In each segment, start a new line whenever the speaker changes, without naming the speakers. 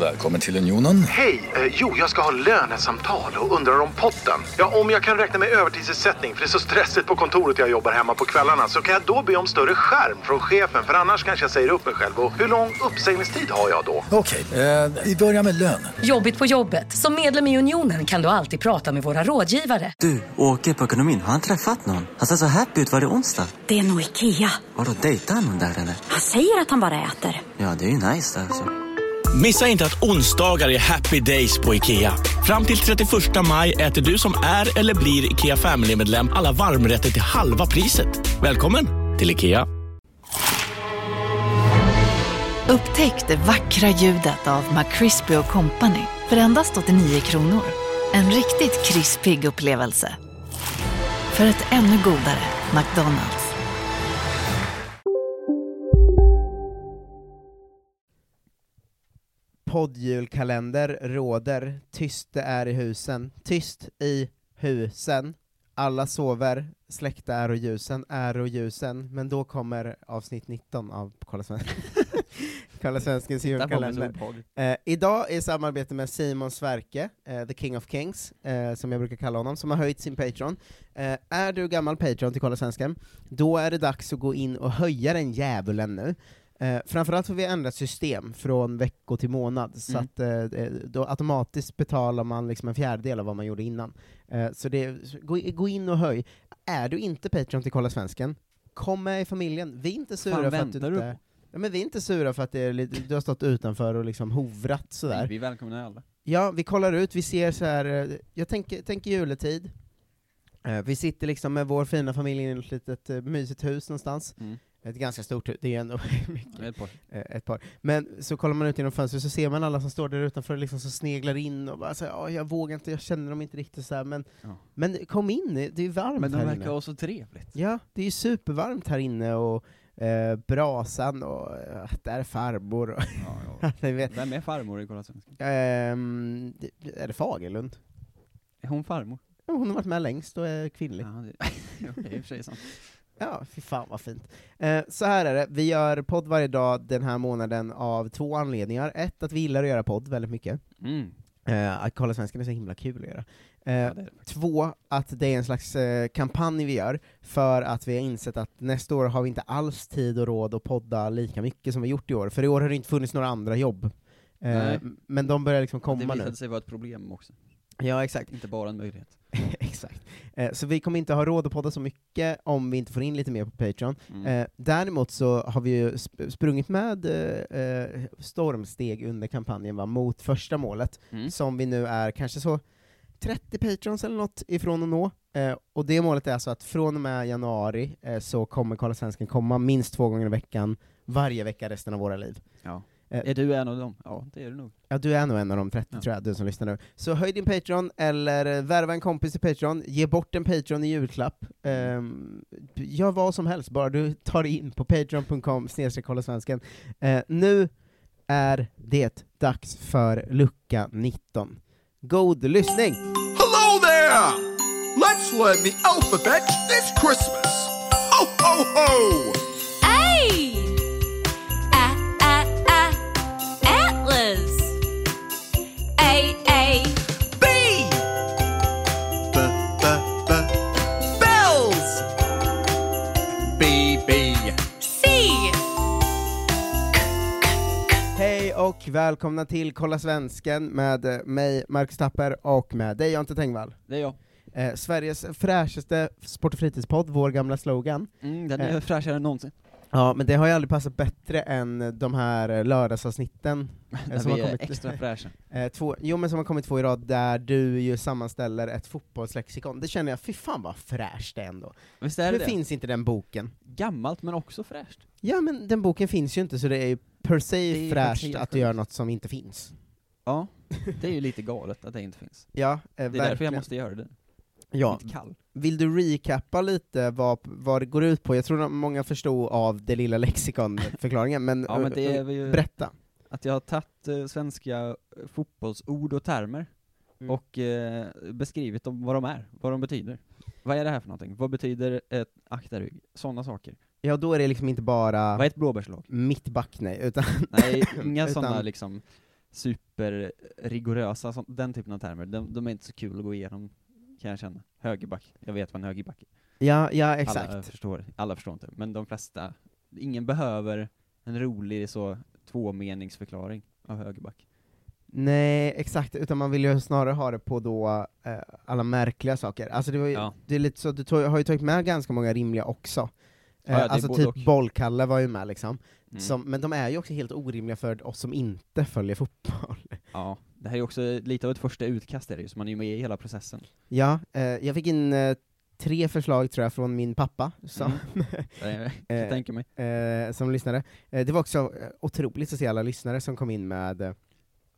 Välkommen till Unionen.
Hej! Eh, jo, jag ska ha lönesamtal och undrar om potten. Ja, om jag kan räkna med övertidsersättning för det är så stressigt på kontoret jag jobbar hemma på kvällarna så kan jag då be om större skärm från chefen för annars kanske jag säger upp mig själv. Och hur lång uppsägningstid har jag då?
Okej, eh, vi börjar med lön.
Jobbigt på jobbet. Som medlem i Unionen kan du alltid prata med våra rådgivare.
Du, åker på ekonomin, har han träffat någon? Han ser så happy ut. Var det onsdag?
Det är nog Ikea.
Har du dejtar han någon där eller?
Han säger att han bara äter.
Ja, det är ju nice där alltså.
Missa inte att onsdagar är happy days på IKEA. Fram till 31 maj äter du som är eller blir IKEA Family-medlem alla varmrätter till halva priset. Välkommen till IKEA.
Upptäck det vackra ljudet av McCrispy Company för endast 89 kronor. En riktigt krispig upplevelse. För ett ännu godare McDonalds.
poddjulkalender råder, tyst det är i husen, tyst i husen, alla sover, släkta är och ljusen, är och ljusen, men då kommer avsnitt 19 av Kolla, Sven- Kolla Svenskens julkalender. Eh, idag i samarbete med Simon Sverke, eh, the king of kings, eh, som jag brukar kalla honom, som har höjt sin Patreon. Eh, är du gammal Patreon till Kolla Svensken, då är det dags att gå in och höja den djävulen nu. Eh, framförallt får vi ändra system från vecko till månad, så
Mm.
att eh, då automatiskt betalar man liksom en fjärdedel av vad man gjorde innan. Eh, så det, så gå, i- gå in och höj. Är du inte Patreon till Kolla Svensken, kom med i familjen. Vi är inte sura för att du inte...
väntar du
Ja, men vi är inte sura för att det är lite, du har stått utanför och liksom hovrat sådär.
Vi välkomnar alla.
Ja, vi kollar ut, vi ser så här. eh, jag tänker, tänker juletid, Eh, vi sitter liksom med vår fina familj i ett litet eh, mysigt hus någonstans,
Mm.
ett ganska stort hus, det är ändå mycket,
Ett par.
eh, ett par. Men så kollar man ut genom fönstret så ser man alla som står där utanför och liksom så sneglar in och bara så här, "Ja, jag vågar inte, jag känner dem inte riktigt så här, men,
Ja.
men kom in, det är varmt
Men de
här
verkar
inne.
ha så trevligt.
Ja, det är ju supervarmt här inne och eh, brasan och eh, där är farbror och
Ja,
ni vet.
Vem är farmor i Kolla Svenskan?
Ehm, det- är det Fagerlund?
Är hon farmor?
Ja, Hon har varit med längst och är kvinnlig.
Ja, det det är i och för sig sant.
Ja, fy fan vad fint. Eh, så här är det, vi gör podd varje dag den här månaden av två anledningar. Ett, att vi gillar att göra podd väldigt mycket.
Mm.
Eh, att kolla svenskan är så himla kul att göra. Eh,
Ja, det är det.
Två, att det är en slags eh, kampanj vi gör, för att vi har insett att nästa år har vi inte alls tid och råd att podda lika mycket som vi gjort i år, för i år har det inte funnits några andra jobb. Eh,
Nej.
men de börjar liksom
det
komma nu.
visade sig vara ett problem också.
Ja, exakt.
Inte bara en möjlighet.
Exakt. Eh, så vi kommer inte ha råd att podda så mycket om vi inte får in lite mer på Patreon.
Mm.
Eh, däremot så har vi ju sp- sprungit med eh, eh, stormsteg under kampanjen va, mot första målet,
Mm.
som vi nu är kanske så 30 Patrons eller något ifrån att nå. Eh, och det målet är alltså att från och med januari eh, så kommer Kolla Svensken komma minst två gånger i veckan, varje vecka resten av våra liv.
Ja.
Eh,
Är du en av dem? Ja, det är du nog.
Ja, du är nog en av de 30
Ja.
tror jag, du som lyssnar nu. Så höj din Patreon, eller eh, värva en kompis till Patreon, ge bort en Patreon i julklapp. Ehm, gör vad som helst, bara du tar dig in på patreon.com snedstreck kolla svensken. Eh, nu är det dags för lucka 19. God lyssning!
Hello there! Let's learn the alphabet this Christmas. Ho ho ho!
Hey! A, a, a, Atlas! A, A,
B! B b b bells. B b.
C!
Hej och välkomna till Kolla Svensken med eh, mig, Marcus Tapper, och med dig, Jonte Tengvall.
Det är jag.
Eh, Sveriges fräschaste sport och fritidspodd, vår gamla slogan.
Mm, den
Eh.
är fräschare än någonsin.
Ja, men det har ju aldrig passat bättre än de här eh, lördagsavsnitten,
Där
som
vi
har
är
kommit-
extra fräscha.
eh, två, jo men som har kommit två i rad, där du ju sammanställer ett fotbollslexikon. Det känner jag, fy fan vad fräscht det är ändå.
Visst är
Hur
det det?
finns inte den boken?
Gammalt men också fräscht.
Ja men den boken finns ju inte, så det är ju per se
är
fräscht
helt
att du gör något som inte finns.
Ja, det är ju lite galet att det inte finns.
Ja, eh,
Det är
verkligen. Eh,
därför jag måste göra det.
ja.
Lite kall.
Vill du recappa lite vad, vad det går ut på? Jag tror att många förstod av det lilla lexikonförklaringen, men, eh,
Ja men det är ju...
berätta.
att jag har tagit eh, svenska eh, fotbollsord och termer
Mm.
och eh, beskrivit dem, vad de är, vad de betyder. Vad är det här för någonting? Vad betyder ett aktarygg? Sådana saker.
Ja, då är det liksom inte bara
Vad är ett blåbärslag?
mittback, nej, utan
Nej, inga
Utan-
sådana liksom superrigorösa, så, den typen av termer, de, de är inte så kul att gå igenom, kan jag känna. Högerback, jag vet vad en högerback är.
Ja, ja exakt.
Alla förstår, alla förstår inte, men de flesta, ingen behöver en rolig så tvåmeningsförklaring av högerback.
Nej, exakt, utan man vill ju snarare ha det på då eh, alla märkliga saker. Alltså det, var ju,
Ja.
det är lite så, du tog, har ju tagit med ganska många rimliga också. Eh,
Ja, det är
alltså
både
typ
och.
bollkalle var ju med liksom.
Mm.
Som, men de är ju också helt orimliga för oss som inte följer fotboll.
Ja, det här är ju också lite av ett första utkast är det ju, så man är ju med i hela processen.
Ja, eh, jag fick in eh, tre förslag tror jag från min pappa som,
Mm. Jag kan tänka mig. Mm.
eh, som lyssnade. Eh, det var också eh, otroligt att se alla lyssnare som kom in med eh,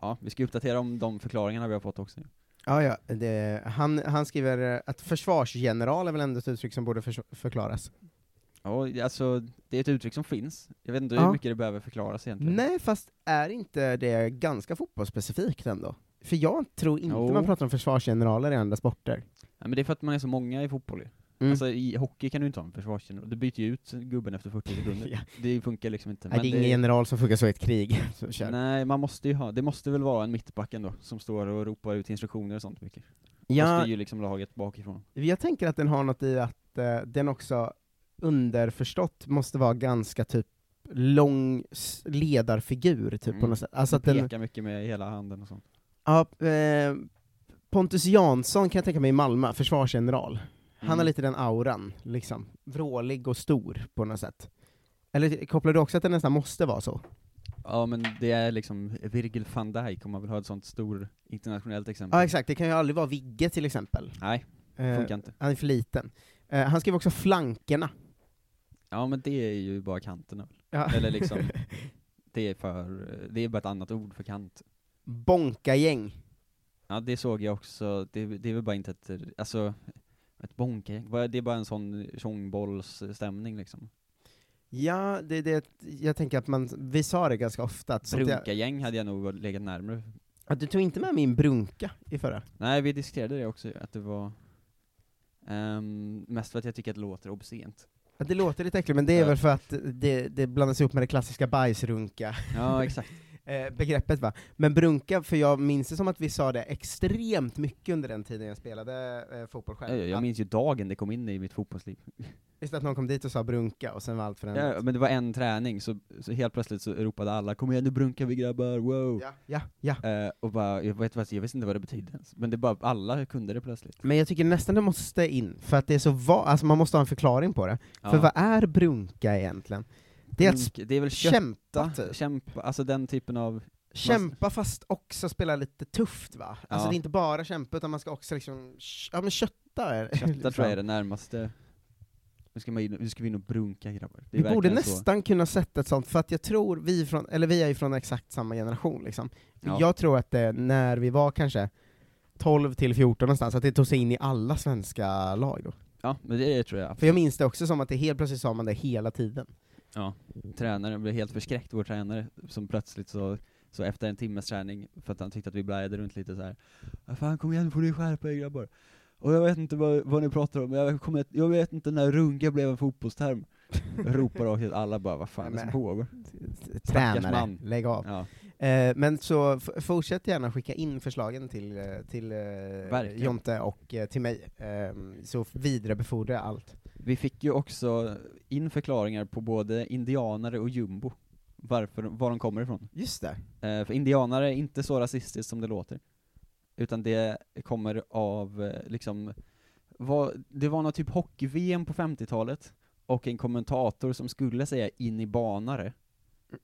Ja, vi ska uppdatera om de förklaringarna vi har fått också.
Ja, ja. Det, han, han skriver eh, att försvarsgeneral är väl ändå ett uttryck som borde förs- förklaras.
Ja, alltså, det är ett uttryck som finns. Jag vet inte
Ja.
hur mycket det behöver förklaras egentligen.
Nej, fast är inte det ganska fotbollsspecifikt ändå? För jag tror inte
Jo.
man pratar om försvarsgeneraler i andra sporter.
Ja, men det är för att man är så många i fotboll ju.
Mm.
Alltså i hockey kan du inte ha en försvarsgeneral, du byter ju ut gubben efter 40 sekunder.
Ja.
Det funkar liksom inte.
Nej, det är ingen general som funkar så i ett krig. Så kör.
Nej, man måste ju ha, det måste väl vara en mittback ändå, som står och ropar ut instruktioner och sånt mycket. Och
Ja,
styr liksom laget bakifrån.
jag tänker att den har något i att eh, den också underförstått måste vara ganska typ lång s- ledarfigur typ på
Mm.
något sätt. Alltså att den,
Pekar mycket med hela handen och sånt.
ja, eh, Pontus Jansson kan jag tänka mig i Malmö, försvarsgeneral. Han har
Mm.
lite den auran, liksom. Vrålig och stor på något sätt. Eller kopplar du också att det nästan måste vara så?
Ja men det är liksom Virgil van Dijk om man vill ha ett sånt stor internationellt exempel.
Ja exakt, det kan ju aldrig vara Vigge till exempel.
Nej,
Eh,
funkar inte.
han är för liten. Eh, han skrev också flankerna.
Ja men det är ju bara kanterna.
Ja.
Eller liksom, det är för, det är bara ett annat ord för kant.
Bonkagäng.
Ja det såg jag också, det, det är väl bara inte ett, alltså, ett bonkagäng, Vad- det är bara en sån tjongbollsstämning liksom.
Ja, det, det, jag tänker att man, vi sa det ganska ofta. Att, sånt jag,
Brunkagäng hade jag nog legat närmare.
att du tog inte med min brunka i förra?
Nej vi diskuterade det också, att det var, ehm, mest för att jag tycker att det låter obscent.
Ja, det låter lite äckligt, men det är
Ja.
väl för att det, det blandas ihop med det klassiska bajsrunka.
Ja exakt.
eh, begreppet va. Men brunka, för jag minns det som att vi sa det extremt mycket under den tiden jag spelade eh, fotboll
Jag,
själv.
jag minns ju dagen det kom in i mitt fotbollsliv.
att, just att någon kom dit och sa brunka, och sen var allt förändrat.
Ja, men det var en träning, så, så helt plötsligt så ropade alla 'Kom igen nu brunkar vi grabbar, wow!'
Ja, ja, ja.
Eh, och bara, jag, vet, vad- jag visste inte vad det betydde ens, men det bara, alla kunde det plötsligt.
Men jag tycker nästan det måste in, för att det är så va- alltså man måste ha en förklaring på det.
Ja.
För vad är brunka egentligen? Det är att
Brunk- det är väl kötta,
kämpa, typ.
kämpa, alltså den typen av,
kämpa fast också spela lite tufft va? Alltså
Ja.
det är inte bara kämpa, utan man ska också liksom, ja men kötta är det.
kötta tror jag är det närmaste. Nu ska, man in, nu ska vi in och brunka grabbar. Det är
Vi borde
verkligen så.
nästan kunna sätta ett sånt, för att jag tror vi från, eller vi är ju från exakt samma generation liksom.
Ja.
Jag tror att det, när vi var kanske 12 till 14 någonstans, att det tog sig in i alla svenska lag då.
Ja, men det tror jag.
För jag minns det också som att det helt plötsligt sa man det hela tiden.
Ja, tränaren blev helt förskräckt, vår tränare, som plötsligt så, så efter en timmes träning, för att han tyckte att vi blajade runt lite så här. "Ja, Fan kom igen nu får ni skärpa er grabbar. Och jag vet inte vad, vad ni pratar om, jag, kommer, att- jag vet inte när runga blev en fotbollsterm. Ropar rakt ut, alla bara vad fan är det som
Nej,
pågår? Stackars
Tränare,
man.
lägg av.
Ja,
Eh, men så f- fortsätt gärna skicka in förslagen till, eh, till eh,
Verkligen.
Jonte och eh, till mig, eh, så vidarebefordrar jag allt.
vi fick ju också in förklaringar på både indianare och jumbo. Varför, var de kommer ifrån.
Just det.
Eh, för indianare är inte så rasistiskt som det låter. Utan det kommer av, eh, liksom, vad, det var någon typ hockey-VM på 50-talet, och en kommentator som skulle säga inibanare,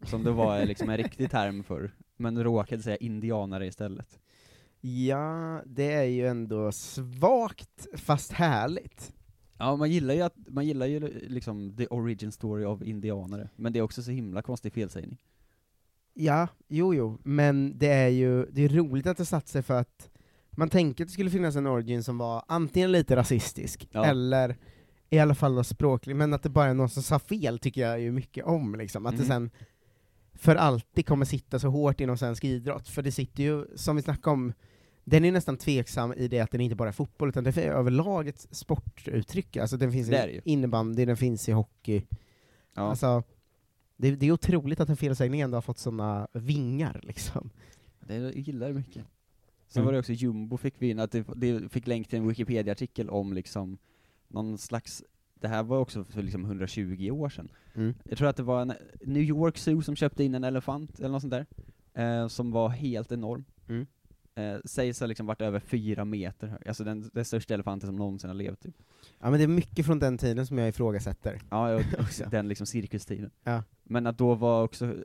som det var eh, liksom en riktig term för, men råkade säga indianare istället.
Ja, det är ju ändå svagt, fast härligt.
Ja, man gillar ju att, man gillar ju liksom the origin story of indianare, men det är också så himla konstig felsägning.
Ja, jo, jo, men det är ju det är roligt att det satt sig för att man tänker att det skulle finnas en origin som var antingen lite rasistisk,
Ja.
eller i alla fall var språklig, men att det bara är någon som sa fel tycker jag ju mycket om, liksom. Att det
Mm.
sen för alltid kommer sitta så hårt inom svensk idrott, för det sitter ju, som vi snackade om, den är ju nästan tveksam i det att den inte bara är fotboll, utan det är överlag ett sportuttryck. Alltså den finns
Det är det
i
ju.
innebandy, den finns i hockey,
Ja.
Alltså, det, det är otroligt att en felsägning ändå har fått såna vingar liksom.
Det inte, jag gillar det mycket. Sen
Mm.
var det också Jumbo fick vinna, att det, det fick länk till en Wikipedia-artikel om liksom någon slags, det här var också för liksom 120 år sedan.
Mm.
Jag tror att det var en New York Zoo som köpte in en elefant eller något sånt där, eh, som var helt enorm.
Mm.
Eh, sägs ha liksom varit över fyra meter hög, alltså den, den största elefanten som någonsin har levt typ.
Ja men det är mycket från den tiden som jag ifrågasätter.
Ja, jag,
Också.
den liksom cirkustiden.
Ja.
Men att då var också,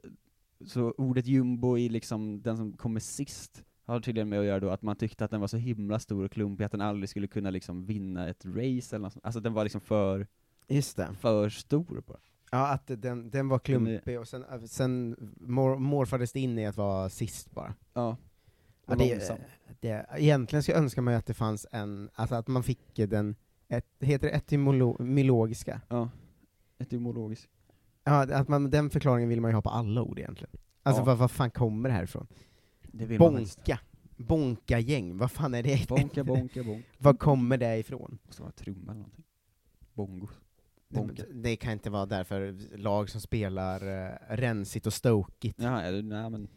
så ordet jumbo i liksom den som kommer sist har tydligen med att göra då att man tyckte att den var så himla stor och klumpig att den aldrig skulle kunna liksom vinna ett race eller något sånt. Alltså den var liksom för,
Just det.
för stor bara.
Ja, att den, den var
Den är-
klumpig och sen, äh, sen mor, morfades det in i att vara sist bara.
Ja.
Ja,
Och långsam.
det, det, egentligen så önskar man ju att det fanns en, alltså att man fick den, et, heter det etymologiska?
Ja. Etymologiskt.
Ja, att man, den förklaringen vill man ju ha på alla ord egentligen. Alltså
Ja.
vad, vad fan kommer det här ifrån?
Det vill man helst.
Bonka! Bonka-gäng, vad fan är det?
Bonka, bonka, bonka.
Vad kommer det ifrån?
Måste vara trumma eller någonting. Bongo. Bonka.
Det, det kan inte vara därför lag som spelar eh, rensigt och stokigt.
Jaha, ja, det- nej men.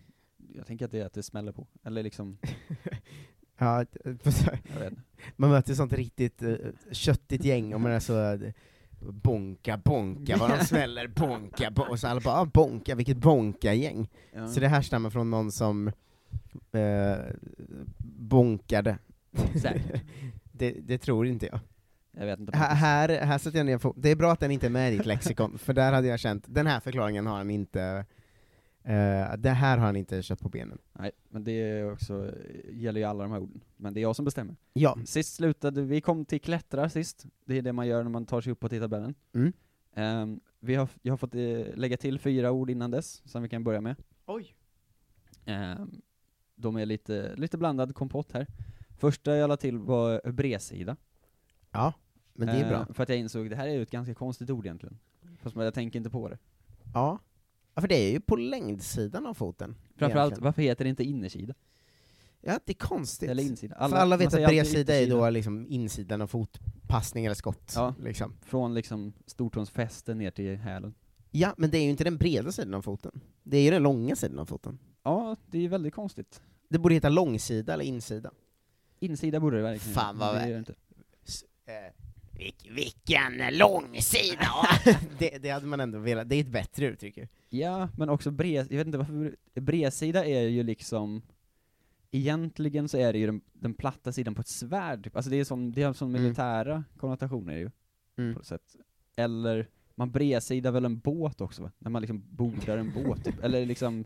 Jag tänker att det är att det smäller på. Eller liksom,
Ja, t-
jag vet inte.
Man möter sånt riktigt eh, köttigt gäng och man är så eh, bonka, bonka, vad de smäller, bonka, bo-. och så alla bara ah, bonka, vilket bonka-gäng.
Ja.
Så det här stammar från någon som eh, bonkade.
Säkert.
det, det tror inte jag.
Jag vet inte.
Här, här, här sätter jag ner fo- Det är bra att den inte är med i ditt lexikon, för där hade jag känt, den här förklaringen har han inte, eh, det här har han inte köpt på benen.
Nej, men det är också, gäller ju alla de här orden. Men det är jag som bestämmer.
Ja,
Sist slutade, vi kom till klättra sist. Det är det man gör när man tar sig uppåt i tabellen.
Mm.
Ehm, vi har, jag har fått eh, lägga till fyra ord innan dess, som vi kan börja med.
Oj.
Ehm, de är lite, lite blandad kompott här. Första jag la till var bredsida.
men det är bra.
Ehm, för att jag insåg, det här är ju ett ganska konstigt ord egentligen. Fast jag tänker inte på det.
Ja. ja, för det är ju på längdsidan av foten.
Framförallt,
egentligen.
varför heter det inte innersida?
Ja, det är konstigt.
Eller insida?
alla, för alla
man
vet
säger
att
alltid
bredsida är
yttersida.
då liksom insidan av fotpassning eller skott.
Ja.
Liksom.
Från liksom stortånsfästen ner till hälen.
ja, men det är ju inte den breda sidan av foten. Det är ju den långa sidan av foten.
Ja, det är väldigt konstigt.
Det borde heta långsida eller insida.
Insida borde det verkligen
Fan, vad
det
vä-
gör det inte.
Eh, vilken långsida! det, det hade man ändå velat, det är ett bättre uttryck ju.
Ja, men också bred, jag vet inte varför, bredsida är ju liksom, egentligen så är det ju den, den platta sidan på ett svärd, typ. alltså det är som, det har som
Mm.
militära konnotationer ju,
Mm.
på något sätt. Eller, man bredsida väl en båt också va? När man liksom bordar en båt typ, eller liksom,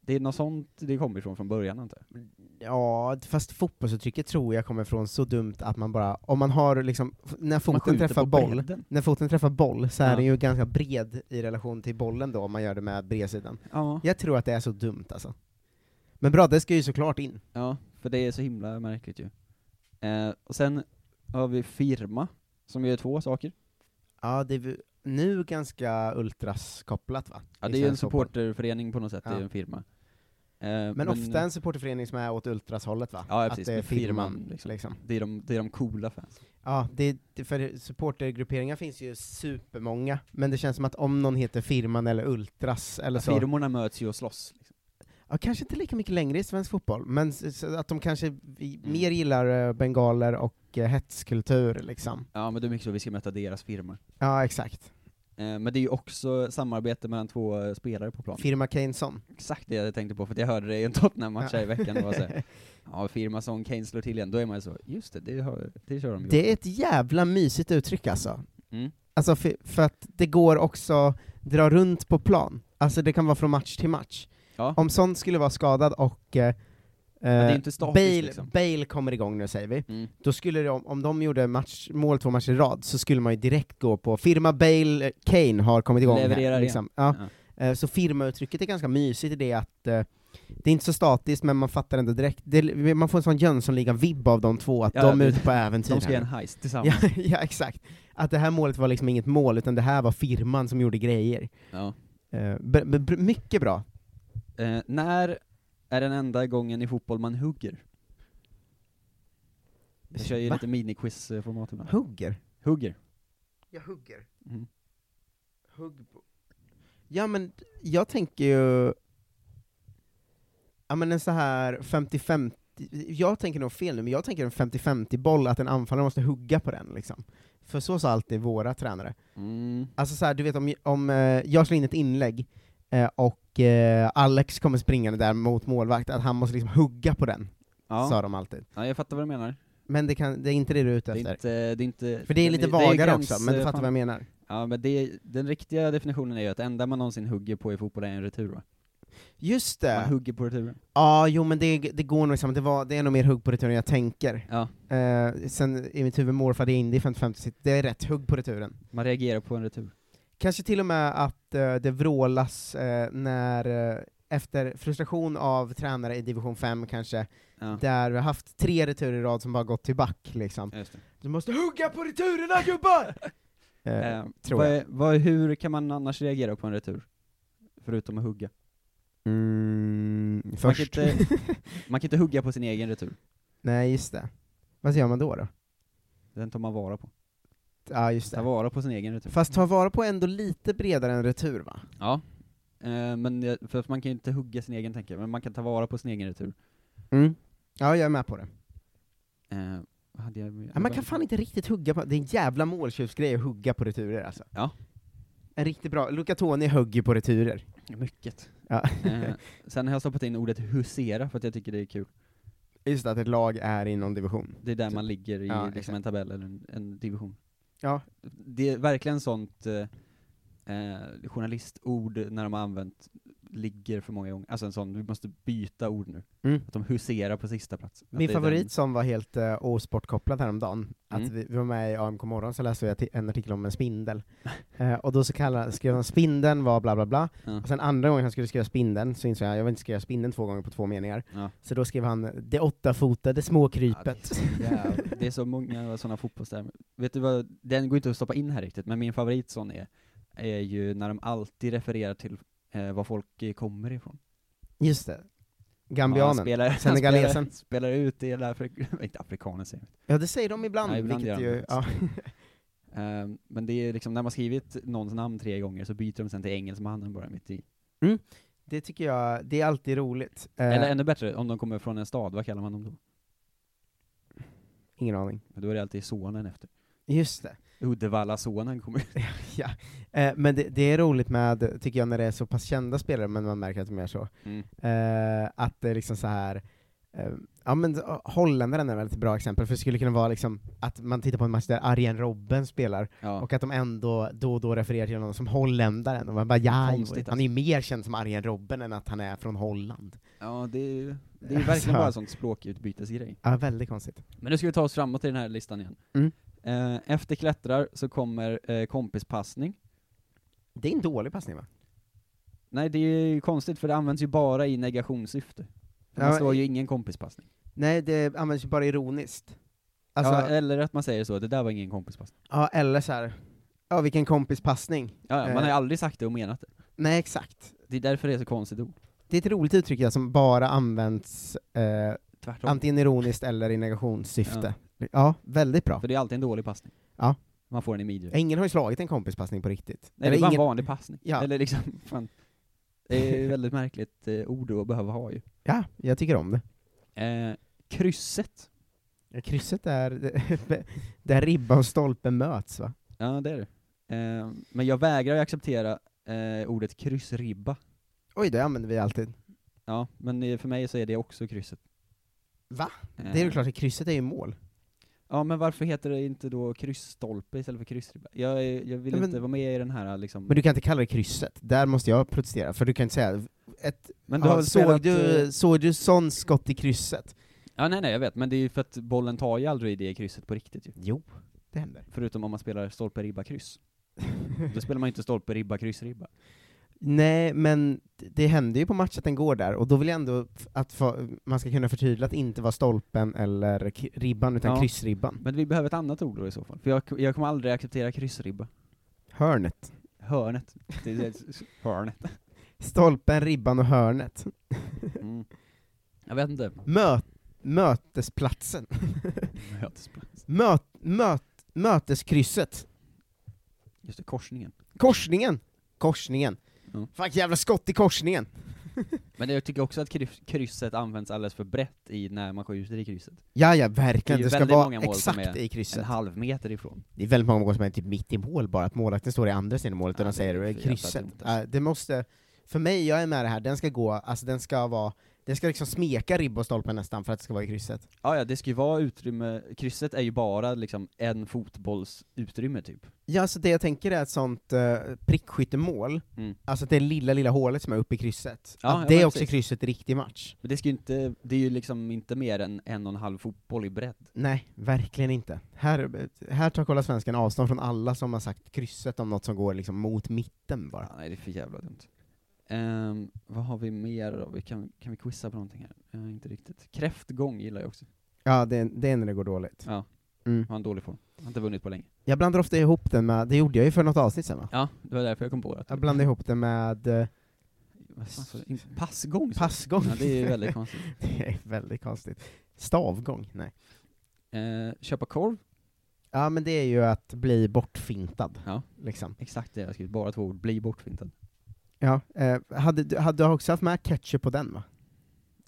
det är något sånt det kommer ifrån från början antar jag.
Ja, fast fotbollsuttrycket tror jag kommer från så dumt att man bara, om man har liksom, f- när
Man
foten
skjuter
träffar
på
boll,
bredden.
när foten träffar boll så är
Ja.
den ju ganska bred i relation till bollen då, om man gör det med bredsidan.
Ja,
Jag tror att det är så dumt alltså. Men bra, det ska ju såklart in.
ja, för det är så himla märkligt ju. Eh, och sen har vi firma, som ju är två saker.
Ja, det är ju nu ganska ultras-kopplat va?
Ja,
I
det är ju en
svensk fotboll.
supporterförening på något sätt, det är
Ja.
ju en firma. Eh,
Men, ofta en supporterförening som är åt ultrashållet va?
Ja, ja, precis,
att det är
med firman,
firman,
liksom.
liksom.
Det är de, det är de coola fansen.
Ja, det, det, för supportergrupperingar finns ju supermånga, men det känns som att om någon heter firman eller ultras eller så,
Firmorna möts ju och slåss. Liksom.
ja, kanske inte lika mycket längre i svensk fotboll, men s- så att de kanske vi,
Mm.
mer gillar eh, bengaler och eh, hetskultur liksom.
Ja, men det är mycket så, vi ska möta deras firmor.
Ja, exakt.
Eh, men det är ju också samarbete mellan två eh, spelare på plan.
Firma Keyneson.
Exakt det jag tänkte på, för att jag hörde det i en Tottenham-match här i veckan, och var så här, ja, firma som Kane slår till igen, då är man ju så, just det, det, har, det kör de ju.
Det är ett jävla mysigt uttryck alltså.
Mm.
Alltså för, för att det går också dra runt på plan. Alltså det kan vara från match till match.
Ja.
Om sånt skulle vara skadad och eh,
är
eh,
inte statiskt,
Bale,
liksom.
Bale kommer igång nu säger vi,
Mm.
då skulle det, om, om de gjorde match, mål två matcher i rad så skulle man ju direkt gå på firma Bale, eh, Kane har kommit igång
Levererar
här.
igen.
Liksom. Ja. Eh, Så firmauttrycket är ganska mysigt i det att eh, det är inte så statiskt men man fattar ändå direkt, det, man får en sån Jönssonligan-vibb av de två, att
Ja,
de är
det-
ute på äventyr
De ska
här
göra
nu.
en heist tillsammans.
Ja, ja, exakt. Att det här målet var liksom inget mål, utan det här var firman som gjorde grejer.
Ja.
Eh, br- br- br- mycket bra.
Eh, när är den enda gången i fotboll man hugger? Jag kör ju
Va?
lite miniquiz-format ibland.
Hugger.
Hugger.
Jag hugger.
Mm.
Hugg Ja men, jag tänker ju... ja men en så här 55 jag tänker nog fel nu, men jag tänker en 50-50 boll, att en anfallare måste hugga på den liksom. För så sa alltid våra tränare.
Mm.
Alltså så här, du vet om, om eh, jag slår in ett inlägg, eh, och eh, Alex kommer springande där mot målvakt, att han måste liksom hugga på den,
Ja.
sa de alltid.
ja, jag fattar vad du menar.
Men det, kan, det är inte det du är ute
Det
efter.
är inte, det är inte,
För det är lite
ju
vagare
gräns-
också, men du fattar
fan.
vad jag menar.
Ja, men det, den riktiga definitionen är ju att det enda man någonsin hugger på i fotboll är en retur va?
Just
Man
det!
hugger på returen.
Ja, jo men det, det går nog samma, det, var, det är nog mer hugg på returen än jag tänker.
Ja,
Eh, sen i mitt huvud morfade jag in det i 50-50, det är rätt hugg på returen.
man reagerar på en retur.
Kanske till och med att eh, det vrålas eh, när, eh, efter frustration av tränare i division 5 kanske,
Ja,
där vi har haft tre returer i rad som bara gått till back liksom.
just det.
Du måste hugga på returerna gubbar! eh,
Eh,
tror
vad, är- vad, hur kan man annars reagera på en retur? Förutom att hugga.
mm,
Man
först.
kan, inte, man kan inte hugga på sin egen retur.
Nej, just det. Vad gör man då då?
Den tar man vara på.
Ja, just
Ta
det.
vara på sin egen retur.
Fast ta vara på ändå lite bredare än retur va?
Ja. Eh, men jag- för att man kan ju inte hugga sin egen tänker jag, men man kan ta vara på sin egen retur.
Mm. Ja, jag är med på det.
Eh, vad hade jag,
Ja, man kan fan inte riktigt hugga på, det är en jävla måltjuvsgrej att hugga på returer alltså.
Ja.
En riktigt bra, Luca Toni hugger på returer.
Mycket.
Ja.
Eh, sen har jag stoppat in ordet husera för att jag tycker det är kul.
Just att ett lag är i någon division.
Det är där man ligger
Typ.
i
Ja,
liksom
exakt.
en tabell eller en, en division.
Ja.
Det är verkligen sånt eh, eh, journalistord när de har använt ligger för många gånger. Alltså en sån, vi måste byta ord nu.
Mm.
Att de huserar på sista plats. Att
Min
det är
favorit
Den,
som var helt uh, osportkopplad häromdagen, att
Mm.
vi, vi var med i AMK morgon så läste jag ti- en artikel om en spindel. Eh, och då så kallade, skrev han spindeln var bla bla bla,
Ja.
och sen andra gången han skulle skriva spindeln så insåg jag jag vill inte skriva spindeln två gånger på två meningar.
Ja.
Så då skrev han det åttafotade småkrypet.
ja, det är så många sådana fotbollstermer. Vet du vad, den går inte att stoppa in här riktigt, men min favorit sån är, är ju när de alltid refererar till eh, var folk eh, kommer ifrån.
Just det.
Ja, han
Gambianen.
spelar, han
Senegalesen.
spelar, spelar ut i hela Afrik- inte afrikanen säger jag.
Ja det säger de ibland,
Ja, ibland
vilket
gör
ju,
de det.
ja.
Ehm, Men det är liksom, när man skrivit någons namn tre gånger så byter de sen till engelsmannen bara mitt i.
det tycker jag, det är alltid roligt. Eh,
Eller ännu bättre, om de kommer från en stad, vad kallar man dem då?
Ingen aning.
Men Då är det alltid sonen efter.
Just det.
Uddevalla-sonen kommer
Ja. Eh, men det, det är roligt med, tycker jag, när det är så pass kända spelare, men man märker att de är så,
mm.
eh, att det är liksom så här eh, Ja men eh, holländaren är väl ett bra exempel, för det skulle kunna vara liksom att man tittar på en match där Arjen Robben spelar,
Ja,
och att de ändå då och då refererar till honom som holländaren, och man bara ja,
Konstigt, alltså.
han är ju mer känd som Arjen Robben än att han är från Holland.
ja det är ju det är ju
Alltså.
verkligen bara sånt språkutbytesgrej.
Ja, väldigt konstigt.
Men nu ska vi ta oss framåt i den här listan igen.
Mm.
Eh, Efter klättrar så kommer eh, kompispassning.
Det är en dålig passning va?
Nej, det är ju konstigt för det används ju bara i negationssyfte. För
Ja,
Man slår
i-
ju ingen kompispassning.
Nej, det används ju bara ironiskt. Alltså,
ja, eh.
ja,
eller att man säger så, det där var ingen kompispassning.
eller så här. ja vilken kompispassning.
Ja, ja,
Eh.
man har ju aldrig sagt det och menat det.
Nej, exakt.
Det är därför det är så konstigt ord.
Det är ett roligt uttryck ja, som bara används eh,
Tvärtom.
antingen ironiskt eller i negationssyfte. Ja. väldigt bra.
För det är alltid en dålig passning.
Ja.
Man får den i midjan. Nej,
Ingen har ju slagit en kompispassning på riktigt.
det är
Eller
bara
ingen-
en vanlig passning.
Ja.
Eller liksom, fan. Det är ett väldigt märkligt eh, ord att behöva ha ju.
Ja, jag tycker om det.
Eh, krysset.
Ja, Krysset är där ribba och stolpe möts va?
Ja, det är det. Eh, men jag vägrar ju acceptera eh, ordet kryssribba.
Oj, det använder vi alltid.
Ja, men eh, för mig så är det också krysset.
Va?
Eh,
Det är ju klart, att krysset är ju mål.
Ja, men varför heter det inte då kryssstolpe istället för kryssribba? Jag, är- jag vill
Ja, men-
inte vara med i den här liksom...
Men du kan inte kalla det krysset, där måste jag protestera, för du kan inte säga ett,
Men
ja,
väl
såg,
spelat, eh,
du, såg du sån skott i krysset?
Ja, nej, nej, jag vet. Men det är ju för att bollen tar ju aldrig i det krysset på riktigt ju.
Jo, det händer.
Förutom om man spelar stolpe, ribba, kryss. Då spelar man ju inte stolpe, ribba, kryss, ribba.
Nej, men det händer ju på match att den går där, och då vill jag ändå f- att få, man ska kunna förtydliga att det inte var stolpen eller k- ribban, utan
Ja.
kryssribban.
Men vi behöver ett annat ord då i så fall. För jag, jag kommer aldrig acceptera kryssribba.
Hörnet.
Hörnet. Det, det, hörnet.
Stolpen, ribban och hörnet.
Mm. Jag vet inte.
Mö, mötesplatsen.
Mötesplats.
Möt, möt, möteskrysset.
Just det, korsningen.
Korsningen! Korsningen.
Ja.
Fuck jävla skott i korsningen.
Men jag tycker också att kryf- krysset används alldeles för brett i när man skjuter i krysset.
Ja, ja,
Det är
verkligen.
ju
Det ska
väldigt
vara
många mål som
exakt
är
i
En
krysset.
halv meter ifrån.
Det är väldigt många mål som är typ mitt i mål bara, att målvakten står i andra sidan målet
Ja,
och de
det är
säger
för
eh,
jävla
krysset.
dumt
Ja, det måste, för mig, jag är med det här, den ska gå, alltså den ska vara, den ska liksom smeka ribba och stolpen nästan för att det ska vara i krysset.
Ja, ja, det ska ju vara utrymme, krysset är ju bara liksom en fotbolls utrymme typ.
Ja, alltså det jag tänker är ett sånt eh, prickskyttemål,
Mm.
alltså att det är lilla, lilla hålet som är uppe i krysset,
Ja,
att
ja,
det
men
är också
precis.
krysset i riktig match.
Men det ska ju inte, det är ju liksom inte mer än en och en halv fotboll i bredd.
Nej, verkligen inte. Här, här tar Kolla Svenskan avstånd från alla som har sagt krysset om något som går liksom mot mitten bara.
Ja, nej, det är för jävla dumt. Ehm, vad har vi mer då? Vi kan, kan vi quizza på någonting här? Eh, inte riktigt. Kräftgång gillar jag också.
Ja, det, det är när det går dåligt.
Ja.
Mm.
Har en dålig form. Har inte vunnit på länge.
Jag blandar ofta ihop den med, det gjorde jag ju för något avsnitt sen va?
Ja, det var därför jag kom på det.
Jag blandade ihop det med eh,
Vad fan sa jag? Alltså, In- Passgång? sa jag.
passgång.
Ja, det är ju väldigt konstigt.
det är väldigt konstigt. Stavgång? Nej.
Eh, köpa korv?
Ja men det är ju att bli bortfintad,
Ja,
liksom.
exakt det jag har skrivit. Bara två ord. Bli bortfintad.
Ja, eh, hade, du- hade du också haft med ketchup på den va?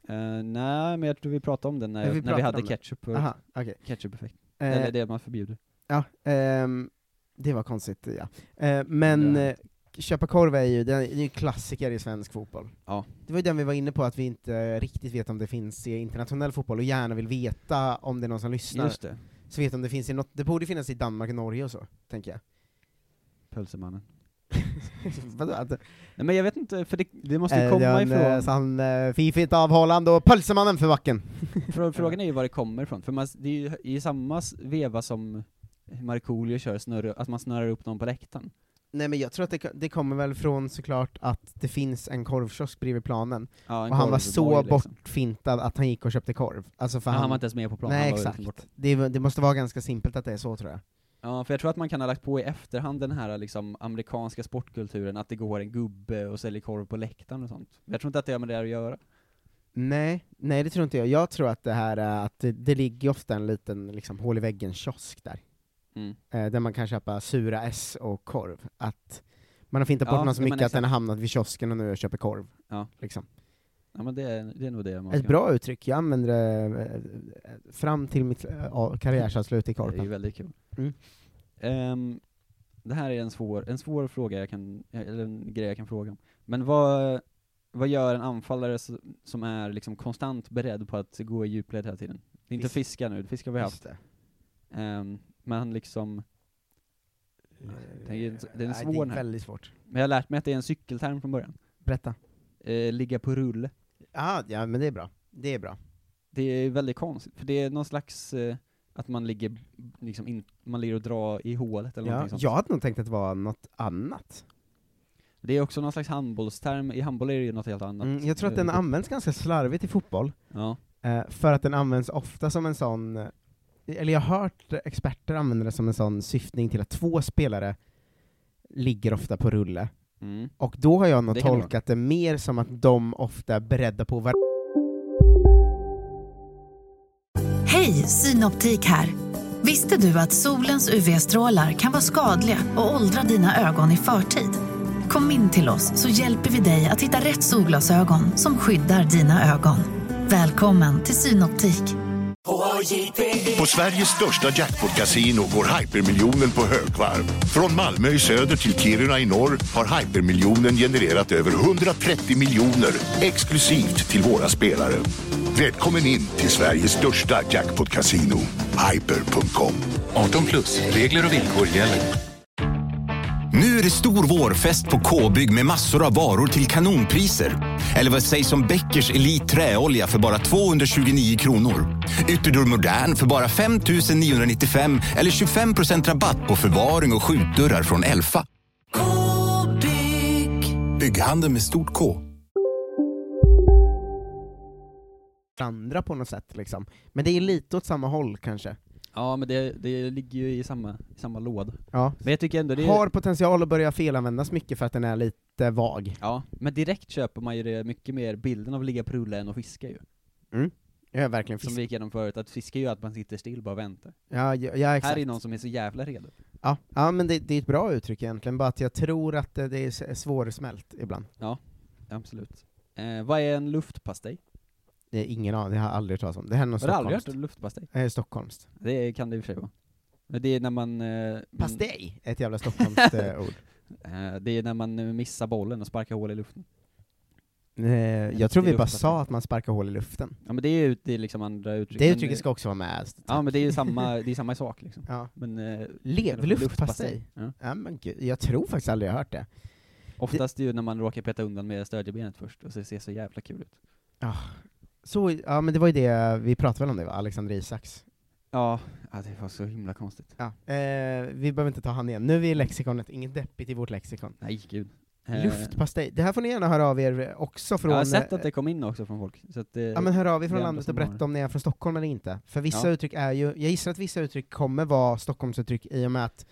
Eh, nej, men jag tror vi pratade om den när,
Men vi
vi, när
pratade
vi hade
om det.
ketchup,
Aha, okej.
ketchup-effekt.
Eh,
Eller det man förbjuder.
Ja, ehm, det var konstigt ja. Eh, men
Det har
eh, köpa korv är ju, det är ju en klassiker i svensk fotboll.
Ja.
Det var ju den vi var inne på, att vi inte riktigt vet om det finns i internationell fotboll, och gärna vill veta om det är någon som lyssnar.
Just det.
Så vet om det finns i något, det borde finnas i Danmark och Norge och så, tänker jag.
Pölsemannen.
Vadå? Att-
Nej men jag vet inte, för det, det måste ju
Eh,
komma
den, eh,
ifrån...
Sann eh, fifigt av Holland och pölsemannen för backen.
Frå- Frågan är ju var det kommer ifrån, för man, det är ju i samma s- veva som Markoolio kör snurr, att man snurrar upp någon på läktaren.
Nej men jag tror att det, det kommer väl från såklart att det finns en korvkiosk bredvid planen,
Ja, en
och han var
korvboy,
så
liksom.
bortfintad att han gick och köpte korv. Alltså för
Ja,
han,
han var inte ens med på planen,
Nej
han var
exakt.
borta.
Det, är- det måste vara ganska simpelt att det är så tror jag.
Ja, för jag tror att man kan ha lagt på i efterhand den här liksom amerikanska sportkulturen, att det går en gubbe och säljer korv på läktaren och sånt. Jag tror inte att det har med det här att göra.
Nej, nej det tror inte jag. Jag tror att det här är att det, det ligger ofta en liten liksom, hål i väggen kiosk där.
Mm.
eh, där man kan köpa sura S och korv, att man har fintat bort
Ja,
någon så
men
mycket att
exakt.
den har hamnat vid kiosken och nu köper korv.
Ja.
Liksom.
Ja men det är, det är nog det man
Ett
ska-
bra uttryck, jag använder det eh, fram till mitt eh, karriärsavslut i
Det är ju
korpen.
väldigt kul.
Mm.
Ehm, det här är en svår, en svår fråga jag kan, eller en grej jag kan fråga om. Men vad, vad gör en anfallare s- som är liksom konstant beredd på att gå i djupled hela tiden? Det är inte
Fisk.
fiska nu, fiska har vi haft.
Just det.
Ehm, men han liksom, det är en, det är en
Eh, Nej, det
svår den
är
här.
väldigt svårt.
Men jag har lärt mig att det är en cykelterm från början.
Berätta.
Eh, ligga på rulle.
Ah, ja men det är bra. Det är bra.
Det är väldigt konstigt, för det är någon slags, eh, att man ligger, liksom in, man ligger och drar i hålet eller
Ja,
någonting sånt.
jag hade nog tänkt att det var något annat.
Det är också någon slags handbollsterm, i handboll är det ju något helt annat.
Mm, jag tror att den
Eh,
används ganska slarvigt i fotboll,
Ja,
eh, för att den används ofta som en sån, eh, eller jag har hört experter använda det som en sån syftning till att två spelare ligger ofta på rulle,
mm.
och då har jag nog
Det kan det vara.
tolkat det mer som att de ofta är beredda på varandra.
Hej, Synoptik här! Visste du att solens UV-strålar kan vara skadliga och åldra dina ögon i förtid? Kom in till oss så hjälper vi dig att hitta rätt solglasögon som skyddar dina ögon. Välkommen till Synoptik.
På Sveriges största jackpot-kasino går hypermiljonen på högvarv. Från Malmö i söder till Kiruna i norr har hypermiljonen genererat över 130 miljoner exklusivt till våra spelare. Välkommen in till Sveriges största jackpot-kasino, hyper.com.
18 plus. Regler och villkor gäller. Nu är det stor vårfest på K-bygg med massor av varor till kanonpriser. Eller vad sägs om Bäckers Elite Träolja för bara 229 kronor? Ytterdörr Modern för bara 5 995 eller 25 rabatt på förvaring och skjutdörrar från Elfa. K-bygg. Bygghandeln med stort K.
varandra på något sätt liksom. Men det är lite åt samma håll kanske.
ja men det, det ligger ju i samma, i samma låda.
Ja.
Men jag tycker ändå det är,
Har potential att börja felanvändas mycket för att den är lite vag.
ja, men direkt köper man ju det mycket mer bilden av att ligga på rulle än att fiska ju.
Jag är verkligen
Som
fisk.
vi gick igenom förut, att fiska är ju att man sitter still bara och väntar.
Ja, ja, ja exakt.
Här är någon som är så jävla redo.
Ja, ja men det, det är ett bra uttryck egentligen, bara att jag tror att det, det är s- svårsmält ibland.
Absolut. Eh, Eh, vad är en luftpastej?
Det är ingen aning, det har jag aldrig hört talas om. Det här är någon
Har du aldrig hört Mm.
stockholmskt.
om luftpastej?
Eh, stockholmskt.
Det kan det i och för sig vara. Men det är när man... eh, man-
Pastej! Ett jävla stockholmskt eh, ord.
Eh, det är när man eh, missar bollen och sparkar hål i luften.
Eh, jag tror vi bara sa att man sparkar hål i luften.
Ja men det är ju det är liksom andra uttryck.
Det
men,
uttrycket
eh,
ska också vara med.
Ja men det är ju samma, det är samma sak liksom.
Ja.
Men, eh,
Lev, luftpastej?
Ja.
Ja, men gud, jag tror faktiskt aldrig jag har hört det.
Oftast är det ju när man råkar peta undan med stödjebenet först, och så ser det så jävla kul ut.
Ja. Så, ja men det var ju det, vi pratade väl om det va? Alexander Isaks.
Ja, ja det var så himla konstigt.
Ja. Eh, vi behöver inte ta han igen, nu är vi i lexikonet, inget deppigt i vårt lexikon.
Nej gud. Eh,
Luftpastej, det här får ni gärna höra av er också från... eh,
Jag har sett att det kom in också från folk. Så att eh, det,
Ja men hör av er
det
från
är andra
landet och
som har
berätta om ni är från Stockholm eller inte. För vissa
Ja.
uttryck är ju, jag gissar att vissa uttryck kommer vara Stockholmsuttryck i och med att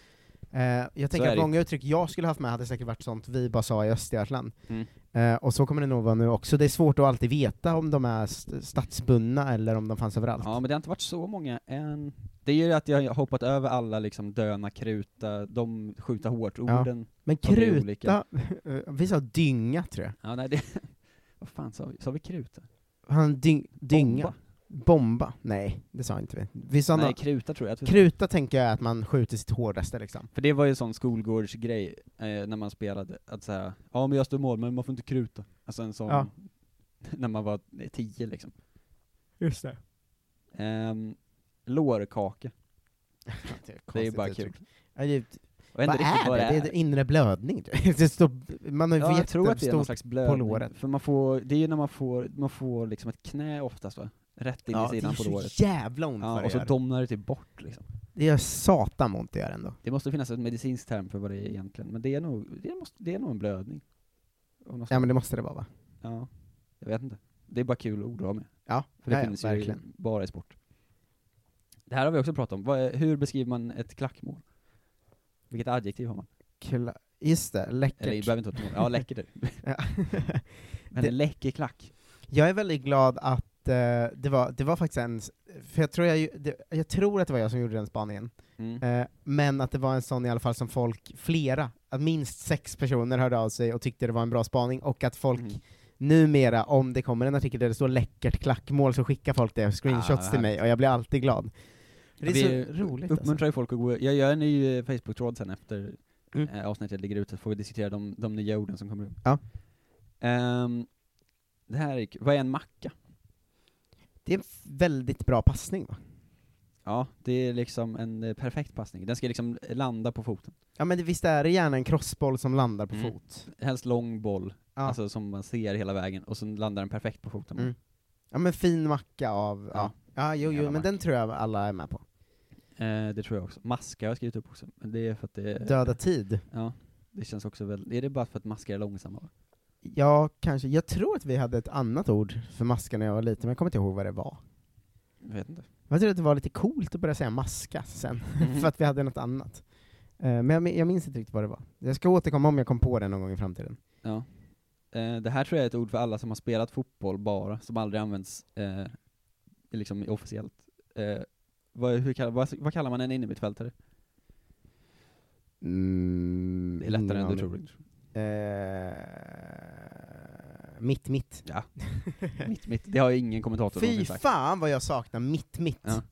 eh, jag
är
tänker att
det.
många uttryck jag skulle haft med hade säkert varit sånt vi bara sa i Östergötland.
Mm.
Eh, och så kommer det nog vara nu också, det är svårt att alltid veta om de är st- stadsbundna eller om de fanns överallt.
Ja men det har inte varit så många än. Det är ju att jag har hoppat över alla liksom döna, kruta, de skjuta hårt-orden.
Men
som är olika.
kruta, vi sa dynga tror jag.
Ja nej det... Vad fan sa vi? Sa vi kruta?
Han dyng, dynga.
Bomba.
Bomba. Nej, det sa inte vi. vi sa
Nej
nå-
kruta tror jag att vi sa.
kruta tänker jag är att man skjuter sitt hårdaste liksom.
För det var ju en sån skolgårdsgrej, eh, när man spelade, att säga ja men jag står i mål men man får inte kruta. Alltså en sån,
Ja.
när man var tio liksom.
Just det.
Um, lårkaka, det är ju bara kul.
Ja, det,
Jag vet
vad
inte
är
riktigt
det?
vad
det är? en inre blödning. Det står, man har ju
Ja, jag tror att det är någon
jättestort
slags
på
blödning,
låret.
för man får, det är ju när man får, man får liksom ett knä oftast va? Rätt in i
Ja, det
sidan
är
på
så
låret.
jävla ont vad
ja,
det
och så
gör.
domnar det till bort liksom.
Det gör satan ont det gör ändå.
Det måste finnas ett medicinskt term för vad det är egentligen, men det är nog, det måste, det är nog en blödning. Om man ska-
Ja men det måste det vara va?
Ja, jag vet inte. Det är bara kul ord att ha med.
Ja,
För det
ja, ja,
finns ju
verkligen.
bara i sport. Det här har vi också pratat om. Vad är, hur beskriver man ett klackmål? Vilket adjektiv har man?
Kla- just det, läckert.
Eller det behöver inte vara ett mål. Ja, läcker det.
Ja.
Men
Det-
en läcker klack.
Jag är väldigt glad att eh, det, var, det var faktiskt en, s- för jag tror, jag, ju- det, jag tror att det var jag som gjorde den spaningen,
Mm.
eh, men att det var en sån i alla fall som folk, flera, att minst sex personer hörde av sig och tyckte det var en bra spaning, och att folk
Mm.
numera, om det kommer en artikel där det står läckert klackmål så skickar folk det,
Ah,
screenshots
vad
till mig, och jag blir alltid glad. Det
Vi
är så roligt alltså.
Uppmuntrar ju folk att gå, jag gör en ny eh, Facebook-tråd sen efter
Mm.
eh, avsnittet ligger ute, så får vi diskutera de, de nya orden som kommer upp.
Ja.
Ehm, det här är, vad är en macka?
Det är en f- väldigt bra passning va?
Ja, det är liksom en eh, perfekt passning. Den ska liksom landa på foten.
Ja men det, visst är det gärna en crossboll som landar på
Mm.
fot?
Helst lång boll,
Ja.
alltså som man ser hela vägen, och sen landar den perfekt på foten.
Mm. Ja men fin macka av, ja.
Ja.
Ja, jo, jo
Jävla
men den tror jag alla är med på.
Eh, det tror jag också. Maska har jag skrivit upp också, men det är för att det...
Döda tid.
Ja, det känns också väl... Är det bara för att maskar är långsamma? va?
Ja, kanske. Jag tror att vi hade ett annat ord för maska när jag var liten, men jag kommer inte ihåg vad det var.
Jag vet inte.
Jag tror att det var lite coolt att börja säga maska sen,
Mm.
för att vi hade något annat. Eh, Men jag, min- jag minns inte riktigt vad det var. Jag ska återkomma om jag kom på det någon gång i framtiden.
Ja. Eh, det här tror jag är ett ord för alla som har spelat fotboll bara, som aldrig används eh, liksom officiellt. Eh, vad, hur kallar, vad, vad kallar man en innermittfältare?
Mm,
Det är lättare
ingen
än du
aning.
tror.
Eh, mitt, mitt.
Ja. mitt, mitt. Det har ju ingen kommentator
Fy
någonsin sagt.
fan vad jag saknar mitt, mitt.
Ja.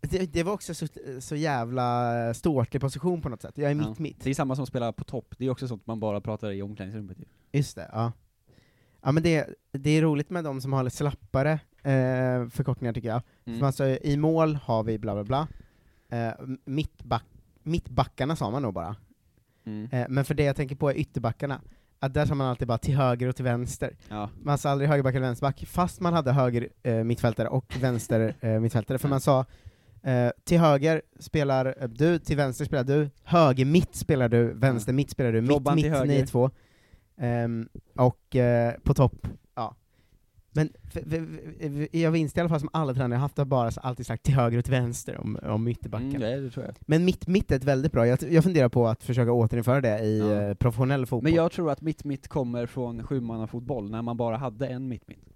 Det, det var också så, så jävla ståtlig position på något sätt. Jag är
Ja.
mitt, mitt.
Det är samma som att spela på topp, det är också sånt man bara pratar i omklädningsrummet ju.
Just det, ja. Ja men det, det är roligt med de som har lite slappare eh, förkortningar tycker jag.
Mm.
För man sa ju, i mål har vi bla bla bla, eh, m- mittback, mittbackarna sa man nog bara.
Mm.
Eh, men för det jag tänker på är ytterbackarna. Att där sa man alltid bara till höger och till vänster.
Ja.
Man sa aldrig högerback eller vänsterback, fast man hade höger eh, mittfältare och vänster eh, mittfältare. För man sa eh, till höger spelar eh, du, till vänster spelar du, höger mitt spelar du, vänster mitt spelar du,
Robban till
mitt mitt,
höger.
ni två. Ehm, och eh, på topp, ja. Men f- f- f- jag minns det i alla fall som alla tränare jag haft, har bara alltid sagt till höger och till vänster om, om ytterbacken.
Mm, det, det tror jag.
Men mitt mitt är ett väldigt bra, jag, jag funderar på att försöka återinföra det i
Ja.
eh, professionell fotboll.
Men jag tror att mitt-mitt kommer från sjumannafotboll, när man bara hade en mitt-mitt.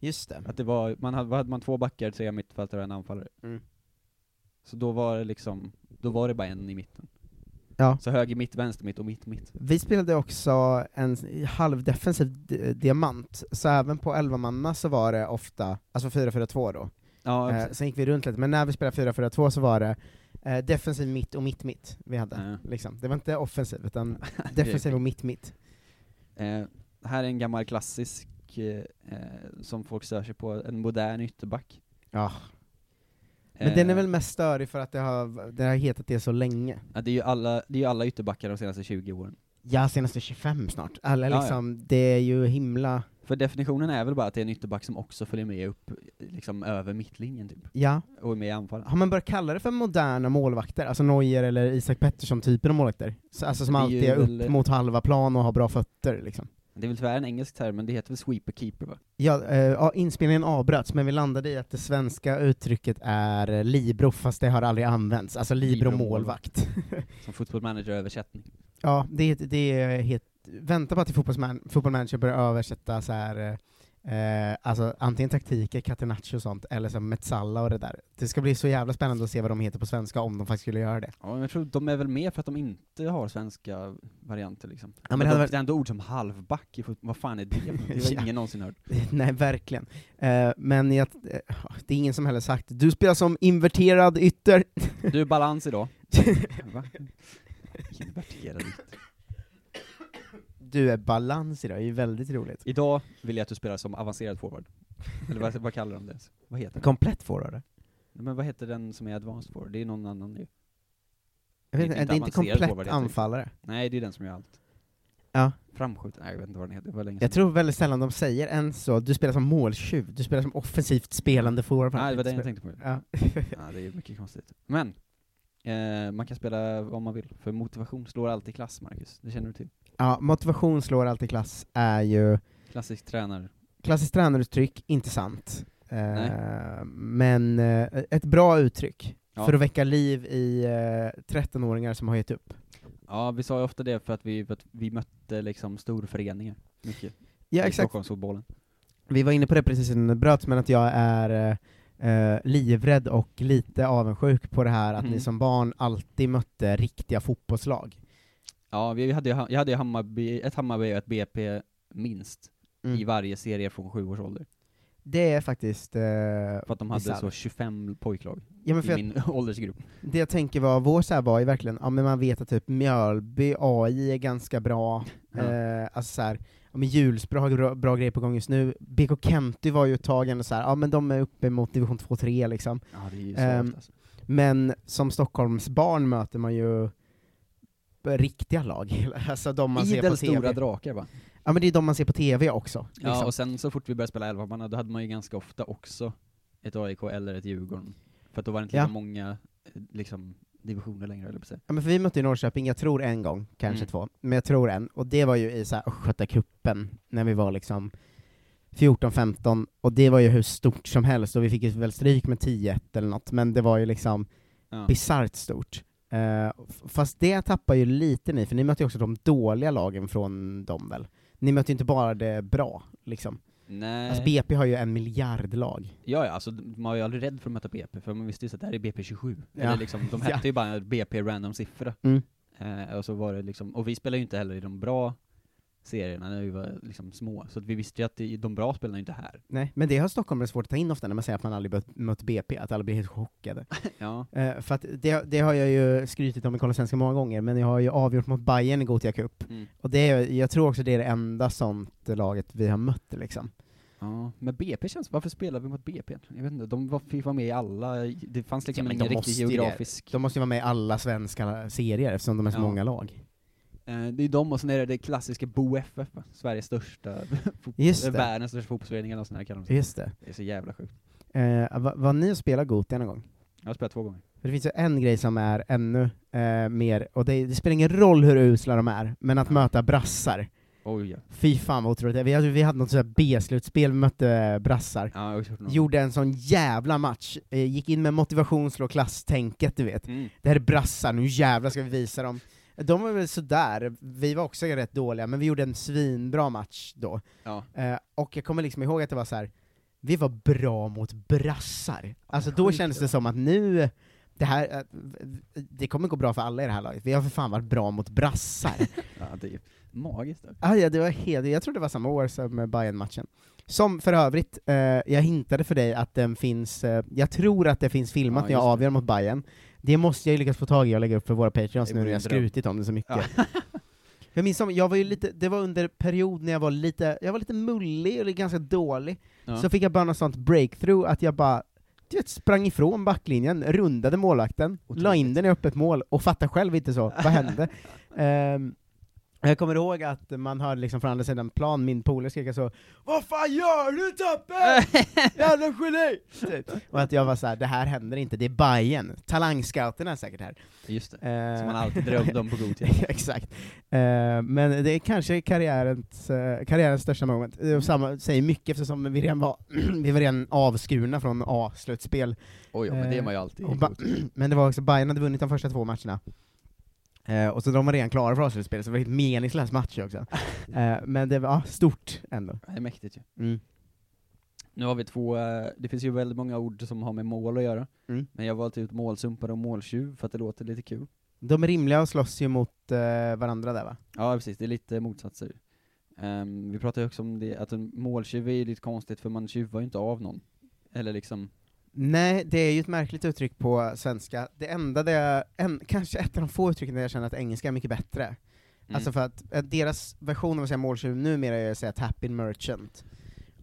Just det.
Att det var, man hade, vad hade man två backar, tre mittfältare och en anfallare.
Mm.
Så då var det liksom, då var det bara en i mitten.
Ja.
Så höger, mitt, vänster, mitt och mitt, mitt.
Vi spelade också en s- halvdefensiv di- diamant, så även på 11 så var det ofta, alltså 4-4-2 då.
Ja,
eh,
precis.
sen gick vi runt lite, men när vi spelade 4-4-2 så var det eh, defensiv mitt och mitt-mitt vi hade.
Ja.
Liksom. Det var inte offensiv, utan defensiv och mitt-mitt.
Eh, här är en gammal klassisk eh, eh, som folk stör sig på, en modern ytterback.
Ja. Men
Eh.
den är väl mest störig för att det har, det har hetat det så länge.
Ja, det är ju alla, det är ju alla ytterbackar de senaste 20 åren.
Ja, senaste 25 snart. Eller
Ja, ja.
liksom, det är ju himla...
För definitionen är väl bara att det är en ytterback som också följer med upp liksom över mittlinjen typ.
Ja.
Och är med i anfall.
Har man börjat kalla det för moderna målvakter? Alltså Neuer eller Isak Pettersson-typen av målvakter? Så, alltså som
Det är
alltid
ju
är upp
väl-
mot halva plan och har bra fötter liksom.
Det är väl tyvärr en engelsk term, men det heter väl sweeper keeper va?
Ja, eh, ja, inspelningen avbröts, men vi landade i att det svenska uttrycket är eh, libro, fast det har aldrig använts. Alltså libro-målvakt.
Som fotbollmanager översättning.
Ja, det, det är helt... Vänta på att fotbollsman, fotbollmanager börjar översätta så här, eh, alltså antingen taktiker, catenaccio och sånt, eller så Metsalla och det där. Det ska bli så jävla spännande att se vad de heter på svenska, om de faktiskt skulle göra det.
Ja, men jag tror de är väl med för att de inte har svenska varianter liksom.
Ja, men
men
det
det,
hade
de,
varit-
det är ändå ord som halvback i fotboll, vad fan är det? Det har
Ja.
ingen någonsin hört.
Nej, verkligen. Eh, men jag, eh, det är ingen som heller sagt du spelar som inverterad ytter.
Du, balans idag. Va? Inverterad ytter.
du är balans idag, det är ju väldigt roligt.
Idag vill jag att du spelar som avancerad forward. Eller vad, vad kallar de det? Vad heter den?
Komplett forward? eller?
Nej, Men vad heter den som är advanced forward? Det är någon annan ju.
Jag vet inte, det är inte
avancerad forward,
komplett
heter det.
anfallare.
Nej, det är den som gör allt.
Ja.
Framskjuten, nej jag vet inte vad den heter, det var länge
Jag tror väldigt sällan de säger än så, du spelar som måltjuv, du spelar som offensivt spelande forward.
Nej, det var den jag tänkte på.
Ja.
Ja, det är mycket konstigt. Men, eh, man kan spela vad man vill, för motivation slår alltid klass, Marcus. Det känner du till.
ja, motivation slår alltid klass är ju
Klassisk tränare.
klassiskt tränaruttryck, inte sant. Eh,
Nej.
men eh, ett bra uttryck
Ja.
för att väcka liv i eh, 13-åringar som har gett upp.
Ja, vi sa ju ofta det för att vi, för att vi mötte liksom storföreningar, mycket.
Ja,
I
exakt.
Stockholmsfotbollen.
Vi var inne på det precis innan det bröts, men att jag är eh, eh, livrädd och lite avundsjuk på det här att
Mm.
ni som barn alltid mötte riktiga fotbollslag.
Ja, vi vi hade, ju ha- jag hade ju Hammarby, ett Hammarby och ett BP minst
Mm.
i varje serie från sju års ålder.
Det är faktiskt... Eh,
För att de hade
bisarrt.
så 25 pojklag
Ja, men
i
för jag-
min åldersgrupp.
Det jag tänker var, vår så här var ju verkligen, ja men man vet att typ Mjölby AI är ganska bra,
Ja.
eh, alltså så här, ja men Hjulsbro har bra, bra grejer på gång just nu, BK Kenty var ju ett tag ändå så här, ja men de är uppe mot division 2-3 liksom.
Ja, det är ju
Ehm,
svårt alltså.
Men som Stockholms barn möter man ju riktiga lag, alltså de man ser på
Idel stora
TV.
drakar va?
Ja men det är de man ser på TV också. Liksom.
Ja, och sen så fort vi började spela elvamanna, då hade man ju ganska ofta också ett AIK eller ett Djurgården. För att då var det inte lika
Ja.
många eh, liksom, divisioner längre, eller på sig.
Ja, men för vi mötte ju Norrköping, jag tror en gång, kanske
Mm.
två, men jag tror en, och det var ju i så här Östgötacupen, när vi var liksom 14-15, och det var ju hur stort som helst, och vi fick ju väl stryk med 10-1 eller något, men det var ju liksom
Ja.
bisarrt stort. Eh, f- fast det tappar ju lite ni, för ni mötte ju också de dåliga lagen från dem väl? Ni mötte ju inte bara det bra, liksom.
Nej.
Alltså BP har ju en miljard lag.
ja, ja, alltså man var ju aldrig rädd för att möta BP, för man visste ju så att det här är BP 27.
Ja.
Eller liksom, de
Ja.
hette ju bara BP random siffra.
Mm.
Eh, och så var det liksom, och vi spelade ju inte heller i de bra serierna när vi var liksom små, så att vi visste ju att det- de bra spelarna är inte här.
Nej, men det har stockholmare svårt att ta in ofta när man säger att man aldrig mött- mött BP, att alla blir helt chockade.
Ja.
Eh, för att det, det har jag ju skrytit om i Kolla Svenska många gånger, men jag har ju avgjort mot Bayern i Gothia Cup.
Mm.
Och det, är- jag tror också det är det enda sånt laget vi har mött liksom.
Ja, men BP känns, varför spelar vi mot BP egentligen? Jag vet inte, de var, fick vara med i alla, det fanns liksom
men
ingen
de
riktig
måste ju det.
geografisk
De måste ju vara med i alla svenska serier eftersom de är så
Ja.
många lag.
Eh, Det är de och sen är det det klassiska Bo FF, va? Sveriges största, fot-
Just
eh,
det.
världens största fotbollsförening eller nåt sånt här kallar de sig.
Just det.
Det är så jävla sjukt.
Eh, va- var ni och spelade Gothia någon gång?
Jag har spelat två gånger.
För det finns ju en grej som är ännu eh, mer, och det, det spelar ingen roll hur usla de är, men att möta brassar.
Oj ja.
Fy fan vad otroligt. Vi, hade- vi hade något sånt här B-slutspel, vi mötte eh, brassar.
ja jag har också gjort några.
gjorde en sån jävla match, eh, gick in med motivation, slå klass-tänket du vet.
Mm.
Det här är brassar, nu jävlar ska vi visa dem. De var väl sådär, vi var också rätt dåliga, men vi gjorde en svinbra match då.
Ja.
Eh, och jag kommer liksom ihåg att det var så här. vi var bra mot brassar. Alltså då
sjukt
kändes
det var.
det som att nu, det här, eh, det kommer gå bra för alla i det här laget. Vi har för fan varit bra mot brassar.
ja, det är ju magiskt.
Ah, ja, det var helt, jag tror det var samma år som eh, Bayern-matchen. Som för övrigt, eh, jag hintade för dig att den finns, eh, jag tror att det finns filmat
Ja,
när jag
just det.
avgör mot Bayern. Det måste jag ju lyckas få tag i och lägga upp för våra Patreons
Det
nu när
vore
jag
en dröm.
skrutit om det så mycket. jag minns om, jag var ju lite, det var under period när jag var lite, jag var lite mullig och lite ganska dålig.
Ja.
Så fick jag bara något sånt breakthrough att jag bara du vet, sprang ifrån backlinjen, rundade målvakten, la in den i öppet mål och fattade själv inte så, vad hände? Ehm, jag kommer ihåg att man hörde liksom från andra sidan plan min polare skrika så Vad fan gör du Tappe? Jävla geni! Typ. Och att jag var så här: det här händer inte, det är Bayern. Talangscouterna är säkert här.
Just det.
Eh,
Som man alltid drömde om på god tid.
Exakt. Eh, men det är kanske karriärens, eh, karriärens största moment. Eh, och samma säger mycket eftersom vi redan var, vi var redan avskurna från A-slutspel.
Oj, ja, men det är man ju
Eh,
alltid.
och ba- men det var också, Bayern hade vunnit de första två matcherna. Eh, och så de var redan klara för A-slutspel, så det var en meningslös match också. Eh, men det var ja, stort ändå.
Det är mäktigt ju.
Mm.
Nu har vi två, eh, det finns ju väldigt många ord som har med mål att göra,
Mm.
men jag har valt ut målsumpare och måltjuv för att det låter lite kul.
De är rimliga och slåss ju mot eh, varandra där va?
Ja precis, det är lite motsatser. Ehm, vi pratade ju också om det, att en måltjuv är ju lite konstigt för man tjuvar ju inte av någon. Eller liksom,
Nej, det är ju ett märkligt uttryck på svenska. Det enda det, en, kanske ett av de få uttrycken där jag känner att engelska är mycket bättre.
Mm.
Alltså för att eh, deras version av att säga måltjuv numera är att säga tapping merchant.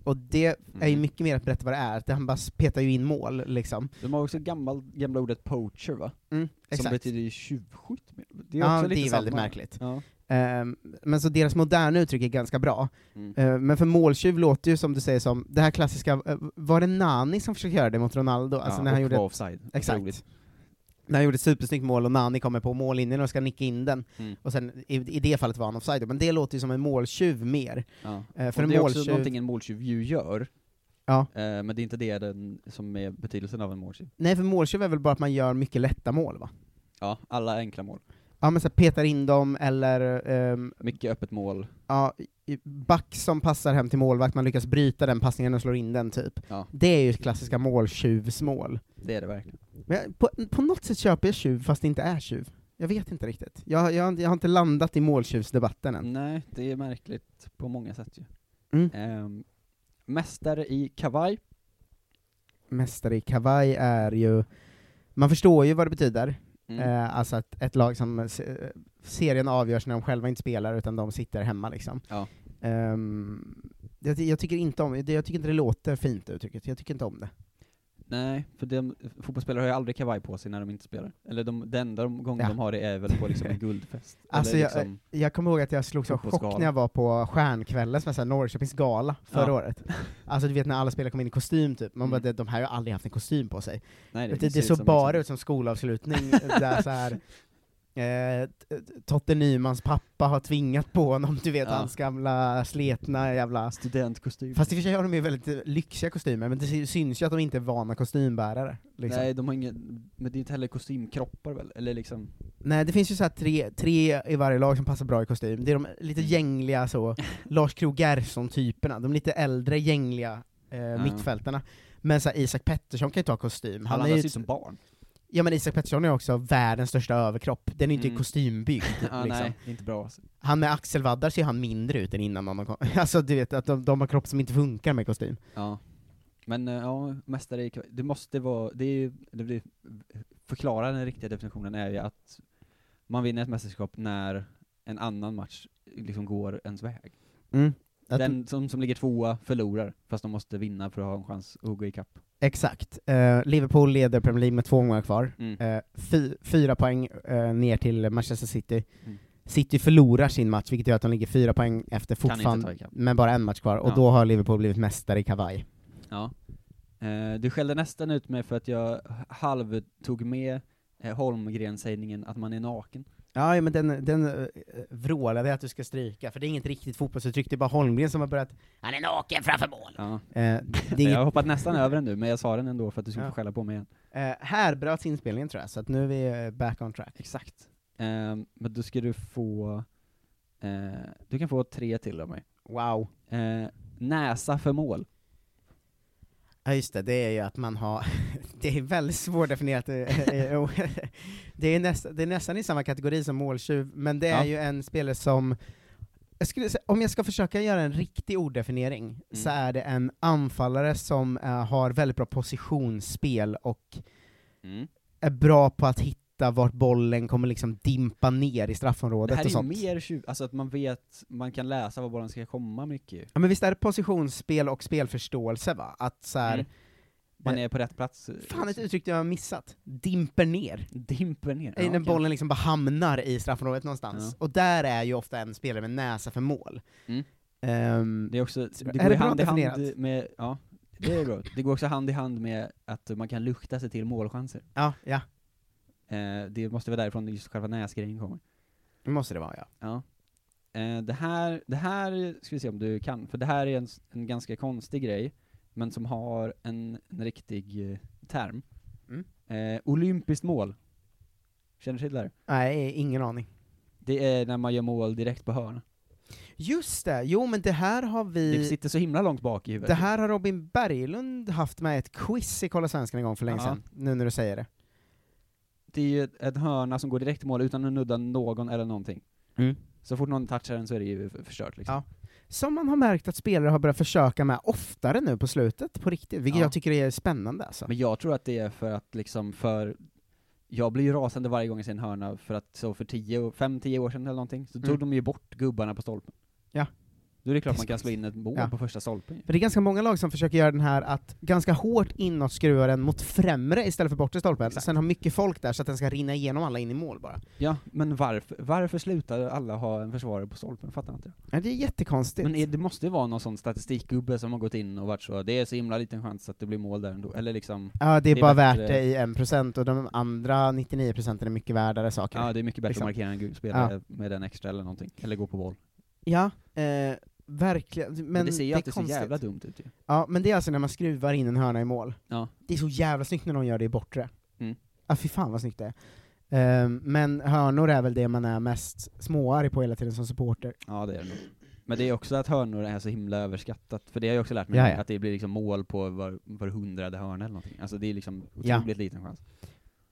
Och det är ju
Mm.
mycket mer att berätta vad det är, att han bara petar ju in mål liksom.
de har också gammal, gamla ordet poacher va?
Mm,
Som
exakt.
betyder ju tjuvskytt. Det är
Ja,
också
det
lite
är väldigt
samma.
märkligt.
Ja.
Ehm, men så deras moderna uttryck är ganska bra.
Mm.
Ehm, men för måltjuv låter ju som du säger som, det här klassiska, eh, var det Nani som försökte göra det mot Ronaldo? Alltså
Ja,
när han
och
gjorde
var offside.
Exakt.
Otroligt.
när han gjorde ett supersnyggt mål och Nani kommer på mållinjen och ska nicka in den,
Mm.
och sen i, i det fallet var han offside, men det låter ju som en måltjuv mer.
Ja.
Eh,
För
för
och
en
det är också
måltjuv-
någonting en måltjuv ju gör,
Ja.
Eh, men det är inte det den, som är betydelsen av en måltjuv.
Nej, för måltjuv är väl bara att man gör mycket lätta mål va?
Ja, alla enkla mål.
Ja men så här, petar in dem, eller ehm,
Mycket öppet mål.
ja, i- back som passar hem till målvakt, man lyckas bryta den passningen och slår in den typ.
Ja.
Det är ju klassiska måltjuvsmål.
Det är det verkligen.
Men jag, på, på något sätt köper jag tjuv fast det inte är tjuv. Jag vet inte riktigt. Jag, jag, jag har inte landat i måltjuvsdebatten än.
Nej, det är märkligt på många sätt ju.
Mm.
Ehm, mästare i kavaj.
Mästare i kavaj är ju, man förstår ju vad det betyder.
Mm.
Eh, alltså att ett lag som, se- serien avgörs när de själva inte spelar utan de sitter hemma liksom.
Ja.
Ehm, jag, jag tycker inte om, det- jag tycker inte det låter fint uttrycket, jag tycker inte om det.
Nej, för de, fotbollsspelare har ju aldrig kavaj på sig när de inte spelar. Eller de, den enda de gången
Ja.
de har det är väl på liksom en guldfest.
Alltså
Eller
jag-
liksom,
Jag kommer ihåg att jag slogs av chock
Fotbollsgala.
när jag var på Stjärnkvällen, som är så här Norrköpings gala, förra
Ja.
året. Alltså du vet när alla spelare kom in i kostym typ, man
Mm.
bara "Det- de här har ju aldrig haft en kostym på sig.
nej,
det, det,
ser ut
såg
som
bara
liksom-
ut som skolavslutning, där så här. Eh, t- Totte Nymans pappa har tvingat på honom, du vet
Ja.
hans gamla sletna jävla...
Studentkostym.
Fast i och för sig har de ju väldigt eh, lyxiga kostymer, men det sy- syns ju att de inte är vana kostymbärare. Liksom.
Nej, de har ingen, men det är inte heller kostymkroppar väl? Eller liksom,
Nej, det finns ju så här tre, tre i varje lag som passar bra i kostym. Det är de lite
Mm.
gängliga så, Lars Krogh Gerson-typerna, de lite äldre gängliga eh, mittfältarna. Men så här, Isak Pettersson kan ju ta kostym.
han
är ju
andas ju
ett-
som barn.
Ja men Isak Pettersson är också världens största överkropp, den är ju inte
Mm.
kostymbyggd.
Ja,
liksom.
Nej, det är inte bra. alltså.
Han med axelvaddar ser han mindre ut än innan han har kom- Alltså du vet, att de, de har kropp som inte funkar med kostym.
Ja. Men eh, ja, mästare i kavaj. Det måste vara, det är ju, det blir, förklara den riktiga definitionen är ju att man vinner ett mästerskap när en annan match liksom går ens väg.
Att,
Den som, som ligger tvåa förlorar, fast de måste vinna för att ha en chans att gå ikapp.
Exakt. Eh, Liverpool leder Premier League med två gånger kvar.
Mm.
Eh, fy, fyra poäng eh, ner till Manchester City.
Mm.
City förlorar sin match, vilket gör att de ligger fyra poäng efter
Kan inte ta
fortfarande,
ikapp.
men bara en match kvar, och
Ja.
då har Liverpool blivit mästare i kavaj.
Ja. Eh, du skällde nästan ut mig för att jag halv tog med eh, Holmgren-sägningen att man är naken.
Ja, ja, men den, den eh, vrålade jag att du ska stryka, för det är inget riktigt fotbollsuttryck, det är bara Holmgren som har börjat ”Han är naken framför mål”.
Ja.
Eh, det är
Jag
inget,
har hoppat nästan över den nu, men jag sa den ändå för att du skulle
Ja.
få skälla på mig igen.
eh, här bröts inspelningen tror jag, så att nu är vi eh, back on track.
Exakt. Ehm, men då ska du få, eh, du kan få tre till av mig.
Wow.
Eh, näsa för mål.
Ja just det, det är ju att man har, det är väldigt svårdefinierat, eh, det är, nästa, det är nästan i samma kategori som måltjuv, men det är
Ja.
ju en spelare som, jag skulle, sä- om jag ska försöka göra en riktig orddefiniering, så
Mm.
är det en anfallare som eh, har väldigt bra positionsspel och är bra på att hitta vart bollen kommer liksom dimpa ner i
Det
straffområdet
här
och
är ju
sånt.
mer tjuv, alltså att man vet, man kan läsa var bollen ska komma mycket ju.
Ja men visst är det positionsspel och spelförståelse va? Att så här,
Mm. Man är på rätt plats.
Fan ett uttryck jag har missat. Dimper ner.
Dimper ner?
när bollen liksom bara hamnar i straffområdet någonstans. Och där är ju ofta en spelare med näsa för mål.
Mm.
Ehm,
det är också, det
är
går
det
ju
bra
hand i hand
definierat?
med, ja, det är bra. Det går också hand i hand med att man kan lukta sig till målchanser.
Ja, ja.
Eh, det måste vara därifrån just själva näsgrejen kommer.
Det måste det vara ja.
Ja. Eh, det här, det här ska vi se om du kan, för det här är en, s- en ganska konstig grej, men som har en, en riktig eh, term.
Mm.
Eh, olympiskt mål. Känner du till det här?
Nej, ingen aning.
Det är när man gör mål direkt på hörna.
Just det, jo men det här har
Det
vi...
sitter så himla långt bak i huvudet.
Det här har Robin Berglund haft med i ett quiz i Kolla Svenskan en gång för länge
Ja.
sedan, nu när du säger det.
Det är ju ett- en hörna som går direkt i mål utan att nudda någon eller någonting.
Mm.
Så fort någon touchar den så är det ju f- förstört liksom.
Ja. Som man har märkt att spelare har börjat försöka med oftare nu på slutet, på riktigt, vilket
Ja.
jag tycker är spännande alltså.
Men jag tror att det är för att liksom för jag blir ju rasande varje gång jag ser en hörna för att så för 10, 5-10 år sedan eller någonting, så tog
Mm.
de ju bort gubbarna på stolpen.
Ja.
Då är det klart
Det är
man kan
så
slå in ett mål
Ja.
på första stolpen ju.
För det är ganska många lag som försöker göra den här att ganska hårt inåt skruva den mot främre istället för bortre stolpen, sen har mycket folk där så att den ska rinna igenom alla in i mål bara.
Ja, men varför, varför slutar alla ha en försvarare på stolpen? Fattar inte.
Ja, det är jättekonstigt.
Men är, det måste ju vara någon sån statistikgubbe som har gått in och varit så, det är så himla liten chans att det blir mål där ändå, eller liksom
Ja, det är bara värt
bättre-
det i 1% och de andra 99% är mycket värdare saker.
Ja, det är mycket bättre
Liksom.
att markera en gul spelare med den extra eller någonting, eller gå på boll.
Ja, eh, verkligen. Men,
Men det ser ju
är
alltid så
konstigt.
jävla dumt ut ju.
Ja, men det är alltså när man skruvar in en hörna i mål.
Ja.
Det är så jävla snyggt när någon gör det i bortre.
Mm.
Ja, fy fan vad snyggt det är. Ehm, men hörnor är väl det man är mest småarg på hela tiden som supporter.
Ja det är det nog. Men det är också att hörnor är så himla överskattat, för det har jag också lärt mig,
Jaja.
att det blir liksom mål på var, var hundrade hörna eller någonting. Alltså det är liksom
Ja. Eh,
otroligt liten chans.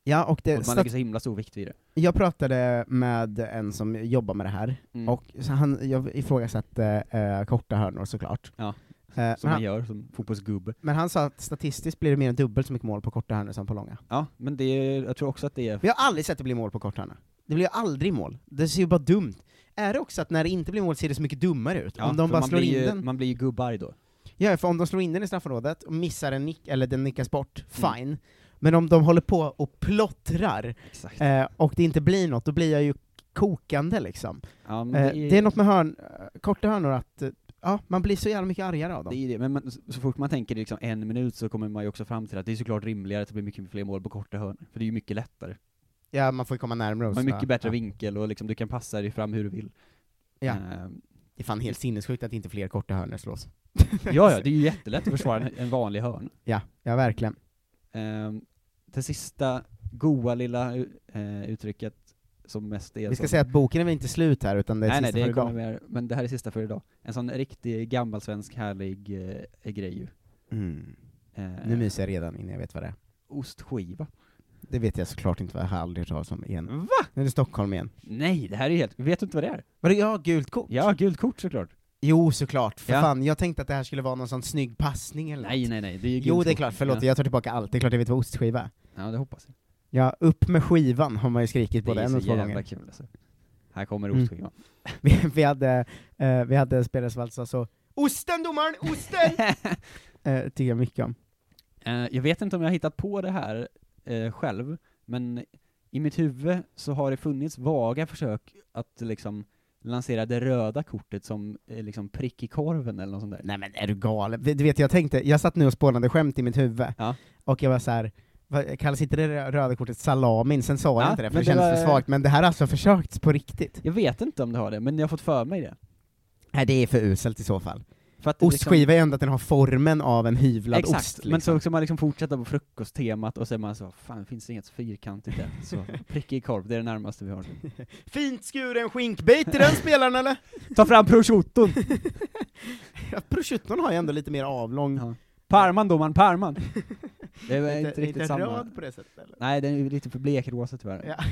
Ja, och det
och man lägger så himla stor vikt vid det.
Jag pratade med en som jobbar med det här,
Mm.
och så han, jag ifrågasatte eh, korta hörnor såklart.
Ja,
eh, men
som man
han-
gör som fotbollsgubbe.
Men han sa att statistiskt blir det mer än dubbelt så mycket mål på korta hörnor som på långa.
Ja, men det är, jag tror också att det är...
Vi har aldrig sett det bli mål på korta hörnor. Det blir aldrig mål. Det ser ju bara dumt. Är det också att när det inte blir mål ser det så mycket dummare ut?
Ja,
om de
för
bara
man
slår
blir
in
ju,
den?
Man blir ju gubbarg då.
Ja, för om de slår in den i straffområdet och missar en nick, eller den nickas bort,
Mm.
fine. Men om de håller på och plottrar,
Exakt.
eh, och det inte blir något, då blir jag ju kokande liksom.
Ja, men
Eh, det är något med hörn, eh, korta hörnor att, eh, ja, man blir så jävla mycket argare av dem.
Det är det, men man, så- så fort man tänker liksom en minut så kommer man ju också fram till att det är såklart rimligare att det blir mycket fler mål på korta hörnor, för det är ju mycket lättare.
Ja, man får ju komma närmare och
Man har
sådär.
mycket bättre
Alltså, ja.
vinkel och liksom, du kan passa dig fram hur du vill.
Ja.
Ehm,
Det är fan helt sinnessjukt att inte fler korta hörnor slås.
Ja, ja, det är ju jättelätt att försvara en- en vanlig hörn.
Ja, ja verkligen.
Ehm, det sista goa lilla eh, uttrycket som mest är
Vi ska
som-
säga att boken är väl inte slut här, utan det är
Nej, nej,
sista
det
för
kommer
idag.
mer, men det här är sista för idag. En sån riktig gammalsvensk härlig eh, grej ju.
Mm.
Eh,
Nu myser jag redan innan jag vet vad det är.
Ostskiva.
Det vet jag såklart inte vad jag har aldrig hört talas om igen. Va? Nu är det Stockholm igen.
Nej, det här är helt, vet du inte vad det är?
Var det, ja, gult kort?
Ja, gult kort såklart.
Jo, såklart, för
Ja.
fan, jag tänkte att det här skulle vara någon sån snygg passning eller
Nej,
något.
nej, nej, det är ju gult
Jo, det är
kort.
klart, förlåt,
Ja.
jag tar tillbaka allt, det är klart jag vet vad ostskiva är.
Ja, det hoppas jag.
Ja, upp med skivan har man ju skrikit både
det är
en
så
och två
jävla
gånger.
kul alltså. Här kommer
Mm.
ostskivan.
Vi, vi hade, eh, vi hade en spelare som alltså så Osten domaren, osten! eh, tycker jag mycket om.
Eh, jag vet inte om jag har hittat på det här eh, själv, men i mitt huvud så har det funnits vaga försök att liksom lansera det röda kortet som eh, liksom prick i korven eller något sånt där.
Nej men är du galen? Du vet, jag tänkte, jag satt nu och spånade skämt i mitt huvud,
Ja.
och jag var så här. vad- kallas inte det rö- röda kortet salamin? Sen sa jag
Ja,
inte det, för
men
det
det
kändes
var-
för svagt, men det här har alltså försökts på riktigt.
Jag vet inte om det har det, men jag har fått för mig det.
Nej, det är för uselt i så fall.
För att det liksom-
Ostskiva är ju ändå att den har formen av en hyvlad
Exakt,
ost.
men så ska man liksom fortsätta på frukosttemat och så är man så, fan finns det inget fyrkantigt där? Så prick i korv, det är det närmaste vi har.
Fint skuren skinkbit till den spelaren eller?
Ta fram prosciutton!
Ja, prosciutton har ju ändå lite mer avlång.
Ja. Parman domaren, Parman! Det var
Lite-
inte riktigt
lite
samma.
röd på det sättet, eller?
Nej, den är ju lite för blekrosa tyvärr.
Ja.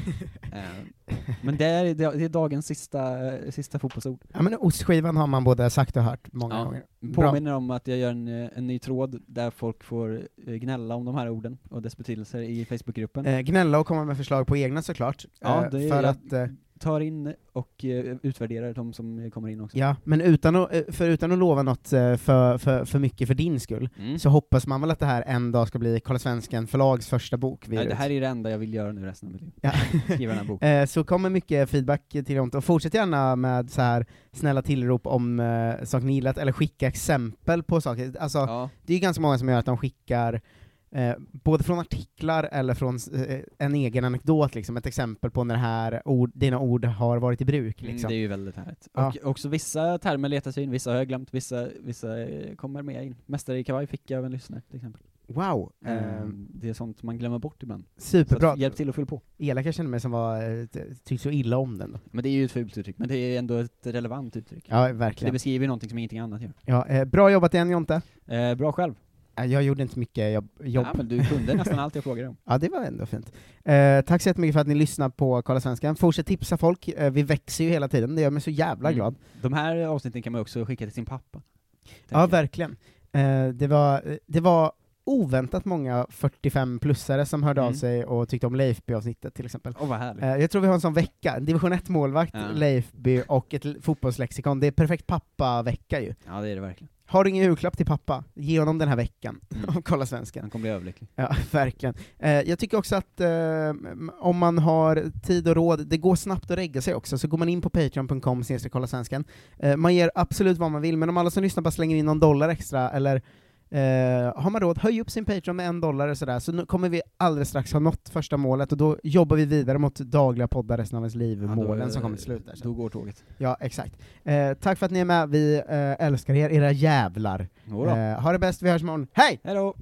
Eh, men det är, det är dagens sista, eh, sista fotbollsord.
Ja men ostskivan har man både sagt och hört många gånger. Bra.
Påminner om att jag gör en, eh, en ny tråd där folk får eh, gnälla om de här orden och dess betydelser i Facebookgruppen.
Eh, gnälla och komma med förslag på egna såklart.
Ja,
Eh,
det är-
för
jag-
att, eh,
Tar in och eh, utvärderar de som eh, kommer in också.
ja, men utan att, eh, för utan att lova något eh, för, för, för mycket för din skull,
Mm.
så hoppas man väl att det här en dag ska bli Karla Svensken förlags första bok. vi ger
Nej, det
ut.
här är det enda jag vill göra nu resten av mitt liv.
Ja.
Skriva den här boken.
Eh, Så kommer mycket feedback till dem, och fortsätt gärna med så här snälla tillrop om eh, saker ni gillat, eller skicka exempel på saker. Alltså, Det är ju ganska många som gör att de skickar eh, både från artiklar eller från eh, en egen anekdot, liksom, ett exempel på när det här ord, dina ord har varit i bruk.
Mm,
Liksom.
Det är ju väldigt härligt.
Ja.
Och också vissa termer letar sig in, vissa har jag glömt, vissa, vissa eh, kommer med in. Mästare i kavaj fick jag av en lyssnare till exempel.
Wow!
Eh,
Eh,
Det är sånt man glömmer bort ibland. Så
Superbra.
att hjälp till att fylla på.
Elak, jag känner mig som var, eh, ty- tyckte så illa om den. Då.
Men det är ju ett fult uttryck, men det är ändå ett relevant uttryck.
Ja,
Det
verkligen.
beskriver ju någonting som ingenting annat gör.
Ja, eh, bra jobbat igen Jonte.
Eh, bra själv.
Eh, Jag gjorde inte mycket jobb. jobb.
Ja, men du kunde nästan allt jag frågade om.
Ja, det var ändå fint. Eh, tack så jättemycket för att ni lyssnar på Kolla Svenskan. Fortsätt tipsa folk, eh, vi växer ju hela tiden, det gör mig så jävla
Mm.
glad.
De här avsnitten kan man ju också skicka till sin pappa. tänker
Ja,
jag.
verkligen. Eh, det, var, eh, det var oväntat många 45-plussare som hörde av
Mm.
sig och tyckte om Leifby-avsnittet till exempel.
Åh vad härligt.
Eh, jag tror vi har en sån vecka, En division 1-målvakt,
Ja.
Leifby och ett l- fotbollslexikon. Det är perfekt pappa-vecka ju.
Ja det är det verkligen.
Har du ingen julklapp till pappa, ge honom den här veckan.
Mm.
Kolla svenskan.
Han kommer bli överlycklig.
Ja, verkligen. Eh, jag tycker också att eh, m- om man har tid och råd, det går snabbt att regga sig också, så går man in på patreon.com snedstreck kolla svenskan. Eh, man ger absolut vad man vill, men om alla som lyssnar bara slänger in någon dollar extra, eller eh, har man råd, höj upp sin Patreon med en dollar och sådär, så nu kommer vi alldeles strax ha nått första målet, och då jobbar vi vidare mot dagliga poddar resten av ens liv,
Ja, då-
målen som kommer till slut. Där,
Då
sen.
går tåget.
Ja, exakt. Eh, tack för att ni är med, vi eh, älskar er, era jävlar.
Jodå.
Eh, ha det bäst, vi hörs imorgon. Hej!
Hejdå!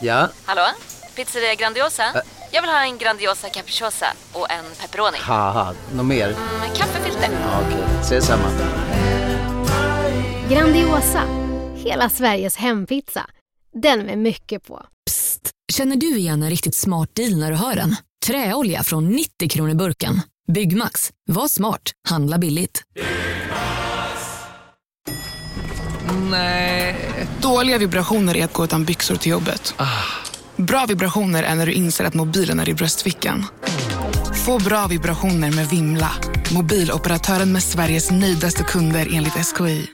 Ja,
Hallå? Pizzeria Grandiosa? Jag vill ha en Grandiosa capriciosa och en pepperoni.
haha, något mer?
Kaffefilter.
Ja, Okej, ses samma.
Grandiosa, hela Sveriges hempizza. Den med mycket på.
Psst! Känner du igen en riktigt smart deal när du hör den? Träolja från 90 kronor burken. Byggmax. Var smart. Handla billigt.
Nej. Dåliga vibrationer är att gå utan byxor till jobbet. Bra vibrationer är när du inser att mobilen är i bröstfickan. Få bra vibrationer med Vimla. Mobiloperatören med Sveriges nöjdaste kunder enligt SKI.